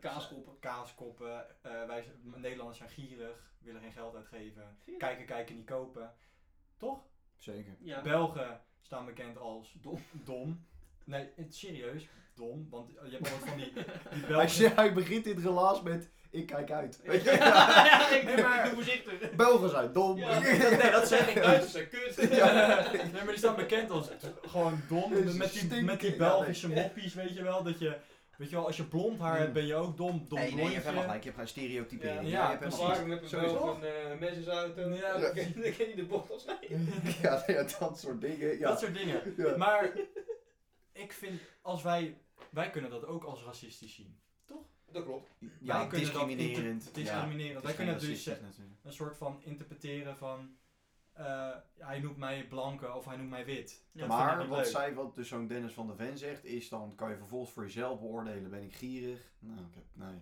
Speaker 3: Kaaskoppen.
Speaker 1: kaaskoppen. Eh, wij, z- Nederlanders zijn gierig, willen geen geld uitgeven. Kijken, kijken, niet kopen. Toch?
Speaker 2: Zeker.
Speaker 3: Ja.
Speaker 1: Belgen staan bekend als
Speaker 3: Dom.
Speaker 1: dom. Nee, het, serieus, dom. Want eh, je hebt altijd van die, die
Speaker 2: Hij,
Speaker 1: Belgen...
Speaker 2: zei- hij begint dit relaas met: Ik kijk uit. Weet je?
Speaker 3: ja, ik
Speaker 1: Nee,
Speaker 3: doe
Speaker 1: maar-
Speaker 3: voorzichtig.
Speaker 2: Belgen zijn dom.
Speaker 3: Ja,
Speaker 1: Nee, dat zeg ik.
Speaker 3: Duitsers zijn kut.
Speaker 2: Ja.
Speaker 1: nee, maar die staan bekend als gewoon dom.
Speaker 2: Deze
Speaker 1: Met die,
Speaker 2: stinken,
Speaker 1: met die
Speaker 2: ja,
Speaker 1: Belgische moppies, weet je wel. Dat je, weet je wel, als je blond haar hebt, ben je ook dom. Dom
Speaker 2: Mm. nee, nee, je hebt helemaal
Speaker 1: blondje.
Speaker 2: gelijk. Je hebt geen stereotypering.
Speaker 3: Ja,
Speaker 2: Ja, je hebt
Speaker 1: precies.
Speaker 2: helemaal
Speaker 3: Varen met mijn
Speaker 2: Zo
Speaker 1: is
Speaker 3: boot
Speaker 1: het.
Speaker 3: of een eh, mesjesauto.
Speaker 1: Ja.
Speaker 3: Dan ken dan ken je de bocht als
Speaker 2: gelijk. Ja, nee, ja, dat soort dingen. Ja.
Speaker 1: Dat soort dingen.
Speaker 2: Ja.
Speaker 1: Maar ik vind, als wij, wij kunnen dat ook als racistisch zien.
Speaker 3: Dat klopt.
Speaker 2: ja,
Speaker 1: wij kunnen dat
Speaker 2: discriminerend.
Speaker 1: inter- discriminerend.
Speaker 2: Ja,
Speaker 1: wij kunnen
Speaker 2: het is
Speaker 1: dus
Speaker 2: geen
Speaker 1: eh,
Speaker 2: racistisch natuurlijk.
Speaker 1: een soort van interpreteren van... eh, hij noemt mij blanke of hij noemt mij wit. Dat vind ik
Speaker 2: Maar
Speaker 1: niet
Speaker 2: wat
Speaker 1: leuk.
Speaker 2: zij, wat dus zo'n Dennis van der Ven zegt, is dan kan je vervolgens voor jezelf beoordelen: ben ik gierig? Nou, ik heb, nee.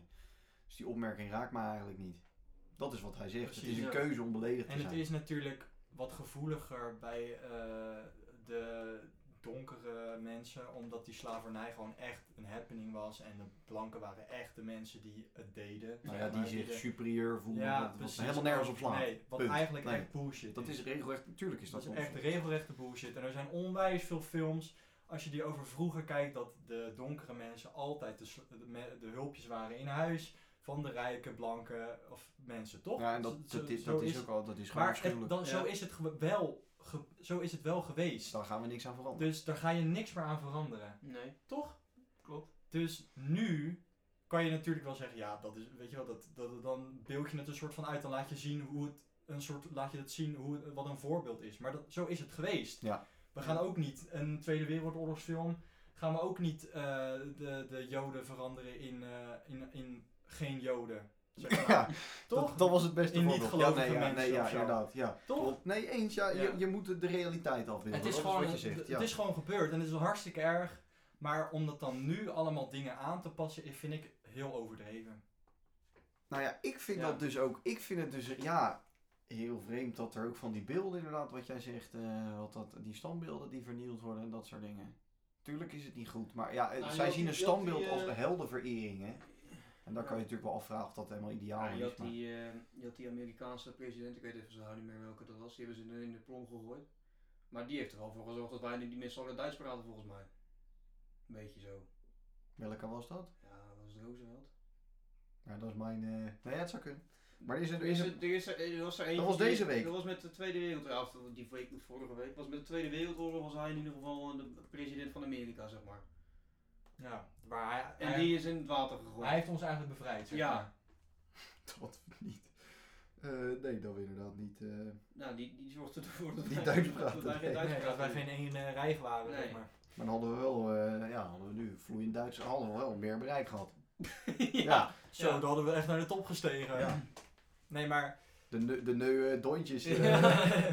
Speaker 2: Dus die opmerking raakt mij eigenlijk niet. Dat is wat hij zegt. het
Speaker 1: Precies,
Speaker 2: is een
Speaker 3: ja.
Speaker 2: keuze om beledigd te
Speaker 1: En het
Speaker 2: zijn.
Speaker 1: is natuurlijk wat gevoeliger bij eh, de donkere mensen, omdat die slavernij gewoon echt een happening was en de blanken waren echt de mensen die het deden.
Speaker 2: nou ja,
Speaker 1: zeg
Speaker 2: die
Speaker 1: maar,
Speaker 2: zich
Speaker 1: de-
Speaker 2: superieur voelen.
Speaker 1: Ja,
Speaker 2: dat was
Speaker 1: precies.
Speaker 2: helemaal nergens op slaan.
Speaker 1: Nee, wat
Speaker 2: Punt.
Speaker 1: eigenlijk
Speaker 2: Nee.
Speaker 1: echt bullshit
Speaker 2: Dat is regelrecht, natuurlijk is dat,
Speaker 1: Dat is
Speaker 2: ons-
Speaker 1: echt regelrechte bullshit. En er zijn onwijs veel films, als je die over vroeger kijkt, dat de donkere mensen altijd de, sl- de, me- de hulpjes waren in huis van de rijke, blanke of mensen, toch?
Speaker 2: Ja, en dat,
Speaker 1: Zo-
Speaker 2: dat, is,
Speaker 1: zo
Speaker 2: dat is ook al, dat is gewoon
Speaker 1: maar het-
Speaker 2: afschuwelijk.
Speaker 1: dan, zo,
Speaker 3: Ja.
Speaker 1: is het ge- wel ge- zo is het wel
Speaker 2: Dus
Speaker 1: geweest.
Speaker 2: daar gaan we niks aan veranderen.
Speaker 1: Dus daar ga je niks meer aan veranderen.
Speaker 3: Nee,
Speaker 1: Toch?
Speaker 3: klopt.
Speaker 1: Dus nu kan je natuurlijk wel zeggen, ja, dat is, weet je wel, dat, dat, dan beeld je het een soort van uit, dan laat je zien hoe het, een soort, laat je het zien hoe, het- wat een voorbeeld is. Maar dat, zo is het geweest.
Speaker 2: Ja.
Speaker 1: We gaan ook niet een Tweede Wereldoorlogsfilm, gaan we ook niet eh, de, de Joden veranderen in, eh, in, in geen Joden. Zeg maar.
Speaker 2: Ja,
Speaker 1: Toch?
Speaker 2: Dat, dat was het beste
Speaker 1: In niet
Speaker 2: voorbeeld.
Speaker 1: gelovige
Speaker 2: ja, nee, ja,
Speaker 1: mensen
Speaker 2: nee, ja,
Speaker 1: of zo.
Speaker 2: inderdaad. Ja.
Speaker 1: Toch?
Speaker 2: Nee, eens, ja,
Speaker 1: Ja.
Speaker 2: Je, je moet de- de realiteit afbeelden.
Speaker 1: Het is,
Speaker 2: dat
Speaker 1: gewoon,
Speaker 2: wat je zegt.
Speaker 1: het,
Speaker 2: Ja.
Speaker 1: is gewoon gebeurd en het is hartstikke erg. Maar om dat dan nu allemaal dingen aan te passen, eh, vind ik heel overdreven.
Speaker 2: Nou ja, ik vind
Speaker 3: Ja.
Speaker 2: dat dus ook. Ik vind het dus, ja, heel vreemd dat er ook van die beelden inderdaad, wat jij zegt, eh, wat dat, die standbeelden die vernield worden en dat soort dingen. Tuurlijk is het niet goed, maar ja, het-
Speaker 3: Nou, je
Speaker 2: zij
Speaker 3: had
Speaker 2: zien
Speaker 3: die-
Speaker 2: een
Speaker 3: je had die,
Speaker 2: standbeeld als de
Speaker 3: eh,
Speaker 2: heldenverering, hè. En dan
Speaker 3: Ja.
Speaker 2: kan je natuurlijk wel afvragen of dat helemaal ideaal
Speaker 3: Ja, je,
Speaker 2: is.
Speaker 3: had
Speaker 2: Maar...
Speaker 3: die, eh, je had die Amerikaanse president, ik weet even zo niet meer welke dat was, die hebben ze in de plom gegooid. Maar die heeft er wel voor gezorgd dat wij nu niet meer solid Duits praten volgens mij. Een beetje zo.
Speaker 2: Welke was dat?
Speaker 3: Ja, dat was Roosevelt.
Speaker 2: Ja, dat is mijn... eh Nee, het zou kunnen. Maar er is een...
Speaker 3: Er,
Speaker 2: er is
Speaker 3: is
Speaker 2: een-
Speaker 3: er, er, is er, er was er eentje
Speaker 2: was
Speaker 3: die-
Speaker 2: deze week.
Speaker 3: Dat was met de Tweede Wereldoorlog, of die week, vorige week, was met de Tweede Wereldoorlog was hij in ieder geval eh, de president van Amerika, zeg maar.
Speaker 1: Ja, maar hij,
Speaker 3: En
Speaker 1: hij-
Speaker 3: die is in het water gegooid.
Speaker 1: hij heeft ons eigenlijk bevrijd. Zeg
Speaker 3: Ja.
Speaker 1: maar.
Speaker 2: Dat niet. Eh, nee, dat inderdaad niet. eh.
Speaker 3: Nou, die, die zorgt ervoor dat
Speaker 2: Die
Speaker 3: wij-
Speaker 2: Duits
Speaker 3: dat
Speaker 2: praten,
Speaker 3: wij geen
Speaker 2: nee.
Speaker 3: Duits
Speaker 1: Nee, dat wij
Speaker 3: praten.
Speaker 1: geen ene rij waren.
Speaker 3: Nee.
Speaker 1: Zeg maar.
Speaker 2: maar dan hadden we wel, eh, ja, hadden we nu vloeiend Duits, hadden we wel meer bereik gehad.
Speaker 3: Ja.
Speaker 1: Zo,
Speaker 3: Ja.
Speaker 1: dan hadden we echt naar de top gestegen.
Speaker 2: Ja.
Speaker 1: Nee, maar.
Speaker 2: De, neu- de neuwe dondjes. eh,
Speaker 1: Ja.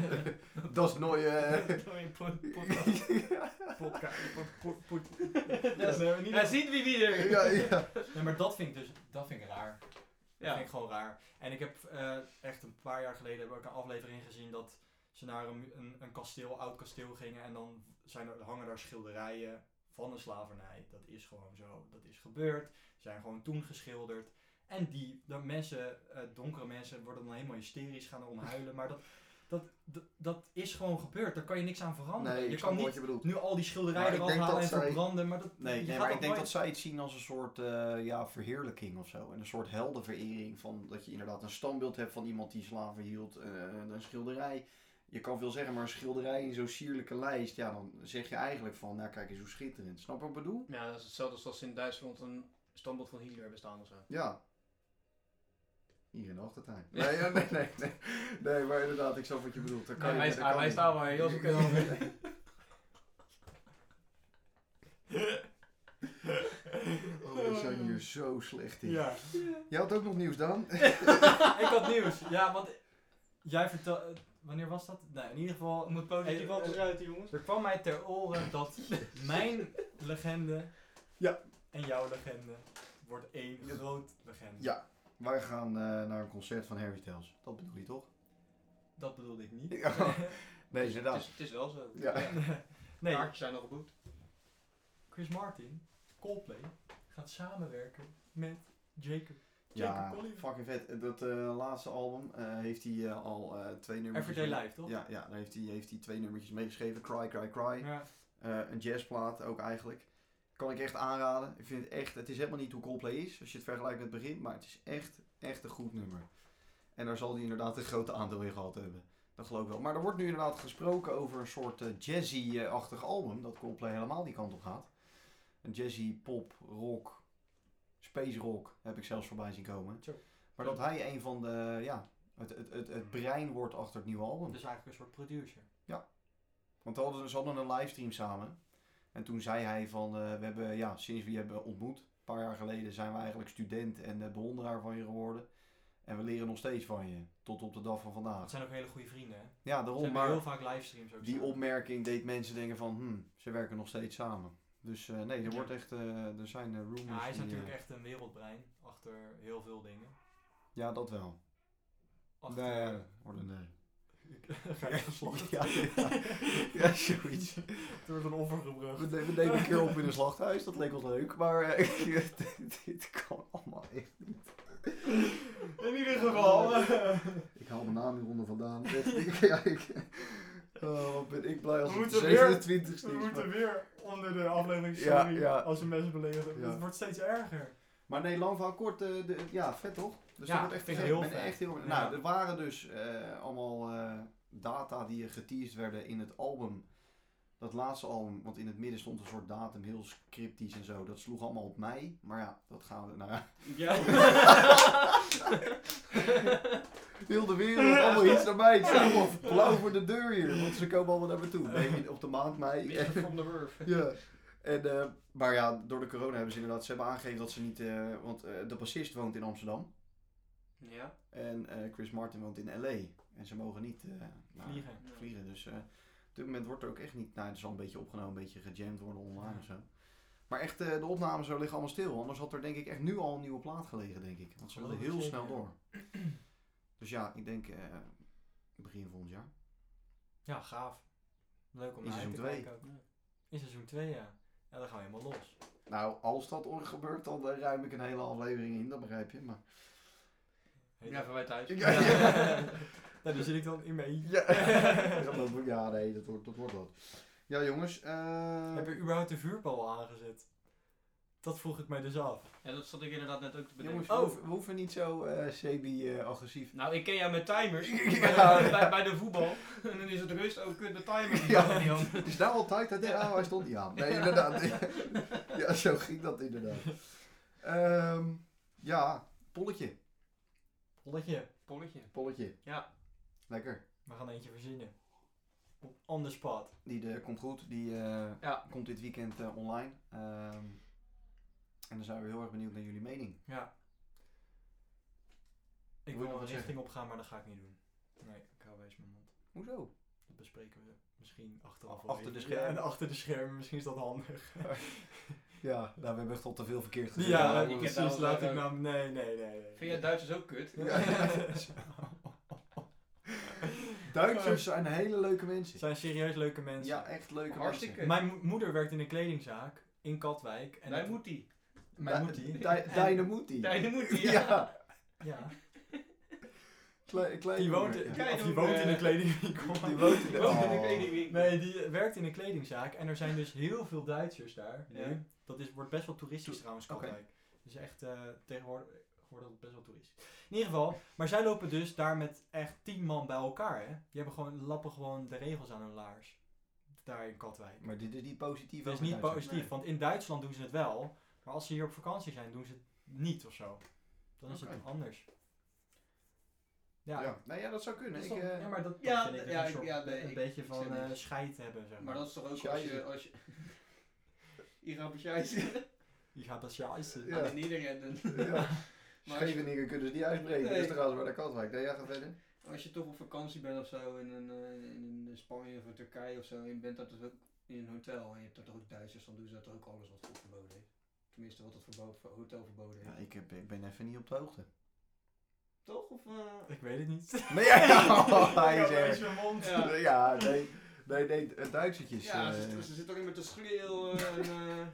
Speaker 2: dat is nooit... eh,
Speaker 1: Sorry, pod- podcast. Podca- pod- pod- pod- Dat is, eh, niet-
Speaker 3: Hij ziet wie wie er.
Speaker 2: ja, ja.
Speaker 1: Nee, maar dat vind ik dus dat vind ik raar. Dat
Speaker 3: Ja.
Speaker 1: vind ik gewoon raar. En ik heb eh, echt een paar jaar geleden heb ik een aflevering gezien dat ze naar een, een, een kasteel, oud kasteel gingen en dan zijn er, hangen daar schilderijen van de slavernij. Dat is gewoon zo. Dat is gebeurd. Zijn gewoon toen geschilderd. En die de mensen, eh, donkere mensen, worden dan helemaal hysterisch, gaan erom huilen. Maar dat, dat, dat, dat is gewoon gebeurd. Daar kan je niks aan veranderen.
Speaker 2: Nee, ik
Speaker 1: je
Speaker 2: snap
Speaker 1: kan
Speaker 2: wat
Speaker 1: niet
Speaker 2: je bedoelt.
Speaker 1: nu al die
Speaker 2: Maar
Speaker 1: schilderijen
Speaker 2: ik
Speaker 1: eraf
Speaker 2: denk
Speaker 1: halen en
Speaker 2: dat zij-
Speaker 1: verbranden. Maar dat,
Speaker 2: Nee,
Speaker 1: je
Speaker 2: nee
Speaker 1: gaat
Speaker 2: maar
Speaker 1: dat
Speaker 2: ik denk
Speaker 1: nooit-
Speaker 2: dat zij het zien als een soort eh, ja, verheerlijking of zo. En een soort heldenverering van dat je inderdaad een standbeeld hebt van iemand die slaven hield. eh, een schilderij. Je kan veel zeggen, maar een schilderij in zo'n sierlijke lijst. Ja, dan zeg je eigenlijk van, nou kijk eens hoe schitterend. Snap je wat ik bedoel?
Speaker 3: Ja, dat is hetzelfde als dat ze in Duitsland een standbeeld van Hitler bestaan of zo.
Speaker 2: Ja. Hier in de achtertuin. Nee, ja, nee, nee, nee. Nee, maar inderdaad, ik snap wat je bedoelt. Dan kan
Speaker 3: Nee,
Speaker 2: je,
Speaker 3: wij-
Speaker 2: dat
Speaker 3: ah,
Speaker 2: kan
Speaker 3: wij
Speaker 2: niet.
Speaker 3: staan maar, Jos, we kunnen wel
Speaker 2: Oh, we zijn hier zo slecht in.
Speaker 1: Ja.
Speaker 2: Jij had ook nog nieuws, Dan?
Speaker 1: ik had nieuws. Ja, want jij vertelde. Wanneer was dat? Nou, in ieder geval.
Speaker 3: moet
Speaker 1: positief
Speaker 3: positief
Speaker 1: wat
Speaker 2: eh,
Speaker 3: altijd uit, jongens.
Speaker 1: Er kwam mij ter oren dat mijn legende.
Speaker 2: Ja.
Speaker 1: En jouw legende. Wordt één groot legende.
Speaker 2: Ja. Wij gaan eh, naar een concert van Harry Styles. Dat bedoel je toch?
Speaker 1: Dat bedoelde ik niet.
Speaker 2: Ja. Nee,
Speaker 3: Het
Speaker 2: inderdaad.
Speaker 3: is, het is wel zo.
Speaker 2: Ja.
Speaker 1: nee,
Speaker 3: Kaartjes zijn al geboekt.
Speaker 1: Chris Martin, Coldplay, gaat samenwerken met Jacob. Jacob
Speaker 2: Ja,
Speaker 1: Collier.
Speaker 2: fucking vet. Dat eh, laatste album eh, heeft hij eh, al eh, twee nummertjes...
Speaker 1: Everyday
Speaker 2: mee-
Speaker 1: Life, toch?
Speaker 2: Ja, ja, daar heeft hij, heeft hij twee nummertjes meegeschreven. Cry, Cry, Cry.
Speaker 1: Ja.
Speaker 2: Eh, een jazzplaat ook eigenlijk. Kan ik echt aanraden. Ik vind het echt, het is helemaal niet hoe Coldplay is, als je het vergelijkt met het begin, maar het is echt, echt een goed nummer. En daar zal hij inderdaad een grote aandeel in gehad hebben. Dat geloof ik wel. Maar er wordt nu inderdaad gesproken over een soort eh, jazzy-achtig album, dat Coldplay helemaal die kant op gaat. Een jazzy, pop, rock, space rock heb ik zelfs voorbij zien komen.
Speaker 1: Zo.
Speaker 2: Maar dat hij een van de, ja, het, het, het, het brein wordt achter het nieuwe album.
Speaker 1: Dus eigenlijk een soort producer.
Speaker 2: Want we hadden, ze hadden een livestream samen. En toen zei hij van, eh, we hebben, ja, sinds we je hebben ontmoet, een paar jaar geleden, zijn we eigenlijk student en eh, bewonderaar van je geworden. En we leren nog steeds van je, tot op de dag van
Speaker 1: Dat
Speaker 2: vandaag.
Speaker 1: zijn ook hele goede vrienden, hè? Ze
Speaker 2: Ja, daarom,
Speaker 1: hebben heel
Speaker 2: maar
Speaker 1: vaak livestreams ook.
Speaker 2: die
Speaker 1: samen.
Speaker 2: opmerking deed mensen denken van, hm, ze werken nog steeds samen. Dus eh, nee, er,
Speaker 1: Ja.
Speaker 2: wordt echt, eh, er zijn eh, rumors.
Speaker 1: Ja, hij is
Speaker 2: die,
Speaker 1: natuurlijk
Speaker 2: eh,
Speaker 1: echt een wereldbrein achter heel veel dingen.
Speaker 2: Ja, dat wel.
Speaker 1: Achter,
Speaker 2: Nee, ordinair.
Speaker 1: Ga je geslacht?
Speaker 2: Ja, ja. ja, zoiets.
Speaker 1: Het wordt een offer gebracht.
Speaker 2: We, de- we deden een keer op in een slachthuis, dat leek ons leuk, maar eh, dit, dit kan allemaal echt niet.
Speaker 1: In ieder geval.
Speaker 2: Ik haal mijn naam hieronder vandaan. ja, ik, oh, wat ben ik blij als
Speaker 1: We
Speaker 2: het
Speaker 1: moeten weer-
Speaker 2: 27
Speaker 1: We
Speaker 2: e is.
Speaker 1: moeten
Speaker 2: Maar,
Speaker 1: weer onder de aflevering
Speaker 2: Ja,
Speaker 1: sorry
Speaker 2: ja.
Speaker 1: als we mensen beledigen.
Speaker 2: Ja.
Speaker 1: Het wordt steeds erger.
Speaker 2: maar nee, lang verhaal kort, eh, de, ja, vet toch? Dus
Speaker 1: Ja,
Speaker 2: dat wordt echt
Speaker 1: vind ik
Speaker 2: vet.
Speaker 1: heel
Speaker 2: Ik ben
Speaker 1: vet.
Speaker 2: echt heel,
Speaker 1: Ja.
Speaker 2: Nou, er waren dus eh, allemaal eh, data die geteased werden in het album Dat laatste album, want in het midden stond een soort datum, heel cryptisch en zo. Dat sloeg allemaal op mij. Maar ja, dat gaan we naar
Speaker 1: Ja.
Speaker 2: heel de wereld. Allemaal iets naar mij. Het staat allemaal blauw voor de deur hier. Want ze komen allemaal naar me toe. Beetje op de maand mei.
Speaker 3: Midden from the Earth.
Speaker 2: Ja. En, eh, maar ja, door de corona hebben ze inderdaad, ze hebben aangegeven dat ze niet, eh, want eh, de bassist woont in Amsterdam
Speaker 3: Ja.
Speaker 2: en eh, Chris Martin woont in LA. En ze mogen niet eh, naar-
Speaker 1: Vliegen.
Speaker 2: vliegen. Dus eh, op dit moment wordt er ook echt niet, nou het is al een beetje opgenomen, een beetje gejamd worden online
Speaker 1: Ja.
Speaker 2: en zo. Maar echt, eh, de opnames zo liggen allemaal stil. Anders had er denk ik echt nu al een nieuwe plaat gelegen, denk ik. Want ze
Speaker 1: Dat
Speaker 2: wilden
Speaker 1: geloof
Speaker 2: heel
Speaker 1: ik
Speaker 2: snel
Speaker 1: zeker,
Speaker 2: door. Dus ja, ik denk eh, begin volgend jaar.
Speaker 1: ja, gaaf. Leuk om
Speaker 2: In
Speaker 1: naar uit te
Speaker 2: seizoen twee.
Speaker 1: kijken ook. In seizoen 2, ja. Ja, dan gaan we helemaal los.
Speaker 2: Nou, als dat ooit gebeurt, dan eh, ruim ik een hele aflevering in, dat begrijp je. Maar...
Speaker 1: Heet
Speaker 3: Blijven wij thuis.
Speaker 2: Ja.
Speaker 1: dat? Ja. Nou, daar zit ik dan in mee.
Speaker 2: Ja, Ja, dat- ja nee, dat wordt, dat wordt wat. Ja, jongens. eh,
Speaker 1: Heb je überhaupt de vuurpijl al aangezet? Dat vroeg ik mij dus af.
Speaker 3: Ja, dat zat ik inderdaad net ook te bedenken.
Speaker 2: jongens, we,
Speaker 1: Oh.
Speaker 2: hoeven, we hoeven niet zo eh semi-agressief.
Speaker 3: Nou, ik ken jou met timers.
Speaker 2: Ja.
Speaker 3: Bij, de, bij, bij de voetbal. En dan is het rust. Oh, kut, de timer.
Speaker 2: Ja.
Speaker 3: Ja. Niet aan.
Speaker 2: Is daar altijd dat ja. hij stond? Ja, nee, inderdaad. ja, zo ging dat inderdaad. Ehm, ja, polletje.
Speaker 1: Polletje,
Speaker 3: Polletje.
Speaker 2: Polletje.
Speaker 3: Ja.
Speaker 2: Lekker.
Speaker 1: we gaan eentje verzinnen. Op on the spot.
Speaker 2: Die eh, komt goed. Die eh,
Speaker 3: Ja.
Speaker 2: komt dit weekend eh, online. Ehm, en dan zijn we heel erg benieuwd naar jullie mening.
Speaker 1: Ja. Ik
Speaker 2: je
Speaker 1: wil
Speaker 2: nog
Speaker 1: wel een
Speaker 2: wat
Speaker 1: richting op gaan, maar dat ga ik niet doen. Nee, ik hou wijs mijn mond.
Speaker 2: Hoezo?
Speaker 1: Dat bespreken we misschien achteraf. wel
Speaker 2: Achter
Speaker 1: even.
Speaker 2: de schermen.
Speaker 1: Ja, en achter de schermen, misschien is dat handig.
Speaker 2: Ja, nou, we hebben echt al te veel verkeerd gedaan.
Speaker 1: ja,
Speaker 3: ik heb daar
Speaker 1: precies.
Speaker 3: wel
Speaker 1: Laat
Speaker 3: weer
Speaker 1: ik
Speaker 3: ook-
Speaker 1: nou... Nee, nee, nee. nee.
Speaker 3: Vind jij Duitsers ook kut?
Speaker 2: Duitsers zijn hele leuke mensen.
Speaker 1: zijn serieus leuke mensen.
Speaker 2: Ja, echt leuke
Speaker 3: Hartstikke.
Speaker 2: mensen.
Speaker 1: Mijn mo- moeder werkt in een kledingzaak in Katwijk. En
Speaker 3: Wij
Speaker 1: het-
Speaker 3: moet die.
Speaker 1: Mijn
Speaker 2: Da-
Speaker 1: moeder.
Speaker 2: Di-
Speaker 1: En-
Speaker 2: Dijne Moetie.
Speaker 3: Jij moet die, ja.
Speaker 2: Ja,
Speaker 1: Ja.
Speaker 2: klein, klein
Speaker 1: Die woont,
Speaker 2: jongen,
Speaker 1: in-
Speaker 2: ja.
Speaker 1: of die
Speaker 3: Kijk,
Speaker 1: woont in een
Speaker 3: eh,
Speaker 1: kledingwinkel.
Speaker 2: Die woont in
Speaker 3: Ik
Speaker 2: de-
Speaker 3: woon in
Speaker 2: Oh.
Speaker 3: de kledingwinkel.
Speaker 1: Nee, die werkt in een kledingzaak en er zijn dus heel veel Duitsers daar. nu.
Speaker 3: Ja.
Speaker 1: Dat is, wordt best wel toeristisch trouwens,
Speaker 2: oké.
Speaker 1: Katwijk. Dus echt eh, tegenwoordig wordt dat best wel toeristisch. In ieder geval, maar zij lopen dus daar met echt tien man bij elkaar. Hè? Die hebben gewoon, lappen gewoon de regels aan hun laars. Daar in Katwijk.
Speaker 2: Maar dit is niet positief.
Speaker 1: Dat is
Speaker 2: over
Speaker 1: niet
Speaker 2: Duitsers.
Speaker 1: positief, want in Duitsland doen ze het wel. Maar als ze hier op vakantie zijn, doen ze het niet of zo. Dan is het
Speaker 2: Oké.
Speaker 1: anders.
Speaker 2: Nee.
Speaker 1: Ja,
Speaker 2: Ja. Nou ja, dat zou kunnen.
Speaker 1: Dat is
Speaker 2: Ik,
Speaker 1: toch-
Speaker 2: eh,
Speaker 1: ja, maar dat, dat
Speaker 3: ja,
Speaker 1: vind ik
Speaker 3: ja,
Speaker 1: een,
Speaker 3: ik-
Speaker 1: soort,
Speaker 3: ja, nee,
Speaker 1: een
Speaker 3: ik-
Speaker 1: beetje
Speaker 3: ik
Speaker 1: van
Speaker 3: snap
Speaker 1: eh
Speaker 3: het.
Speaker 1: scheid hebben, zeg maar.
Speaker 3: Maar dat is toch ook als
Speaker 2: Scheisse.
Speaker 3: je... Als je... Je gaat beschuizen.
Speaker 1: Je gaat dat scheissen.
Speaker 2: Ja.
Speaker 3: Ja. En iedereen.
Speaker 2: ja.
Speaker 3: Maar als je,
Speaker 2: Scheveningen kunnen ze niet uitspreken,
Speaker 3: Nee.
Speaker 2: dus dan gaan ze maar naar Katwijk. Nee, jij gaat verder.
Speaker 3: als je toch op vakantie bent of zo in, een, eh, in een Spanje of in Turkije of zo, en je bent daar toch ook in een hotel en je hebt daar toch ook Duitsers, dan doen ze daar toch ook alles wat goed verboden heeft. Tenminste, wat het verbo- voor hotel verboden heeft.
Speaker 2: ik, heb, ik ben even niet op de hoogte.
Speaker 3: Toch? Of, eh,
Speaker 1: Ik weet het niet.
Speaker 2: Nee, ja, oh, hij is
Speaker 1: Ja,
Speaker 2: er.
Speaker 1: wijs mijn mond.
Speaker 3: Ja.
Speaker 2: Ja, nee. Nee, nee, eh, Duitsertjes.
Speaker 3: ja,
Speaker 2: eh,
Speaker 3: ze, ze zit toch in met de schreeuw en... eh,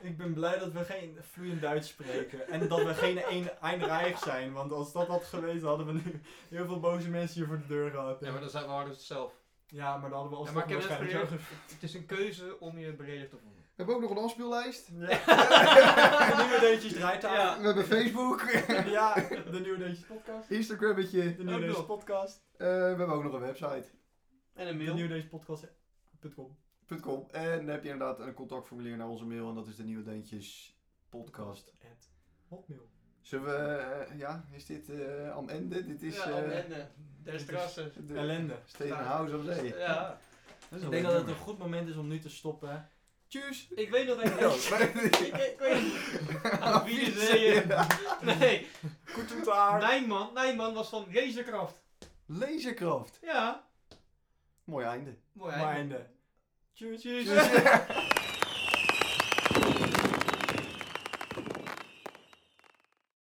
Speaker 1: Ik ben blij dat we geen vloeiend Duits spreken. En dat we geen een eindraig zijn. Want als dat had geweest, hadden we nu heel veel boze mensen hier voor de deur gehad.
Speaker 3: Ja, maar dan zijn we hard op zelf.
Speaker 1: Ja, maar dan hadden we
Speaker 3: Ja,
Speaker 1: alsnog
Speaker 3: maar ik heb net
Speaker 1: waarschijnlijk zo
Speaker 3: geleerd, het is een keuze om je beledigd te voelen.
Speaker 2: We hebben ook nog een afspeellijst.
Speaker 1: Ja. De nieuwe Deutjes draait aan.
Speaker 3: Ja.
Speaker 2: We hebben Facebook,
Speaker 1: Ja. de nieuwe Deutjes podcast.
Speaker 2: Instagrammetje.
Speaker 1: De nieuwe
Speaker 3: Ook
Speaker 1: Deutjes
Speaker 3: nog.
Speaker 1: podcast.
Speaker 2: Eh, we hebben ook nog een website.
Speaker 3: En een
Speaker 1: De
Speaker 3: mail.
Speaker 1: nieuwe Deutjes podcast.com.
Speaker 2: .com. En dan heb je inderdaad een contactformulier naar onze mail en dat is de Nieuwe Deentjes podcast.
Speaker 1: At Hotmail.
Speaker 2: Zullen we, eh, ja, is dit eh, am ende? Dit is
Speaker 3: ja,
Speaker 2: eh,
Speaker 3: Almenne. Der Strasse.
Speaker 2: de-
Speaker 1: Ellende.
Speaker 2: Steven House of Zee.
Speaker 3: eh. Ja.
Speaker 1: Ik denk dat het een goed moment is om nu te stoppen.
Speaker 2: Tjus!
Speaker 3: Ik weet nog even... Ik, ik weet
Speaker 2: Auf
Speaker 3: Auf Wiedersehen. Nee,
Speaker 1: Goed taart.
Speaker 3: Nijman, Nijman was van Razorkraft.
Speaker 2: Laserkraft.
Speaker 3: Ja.
Speaker 2: Mooi einde.
Speaker 3: Mooi
Speaker 1: Maar
Speaker 3: einde.
Speaker 1: einde. Tjus.
Speaker 3: Tjus.
Speaker 2: Tjus.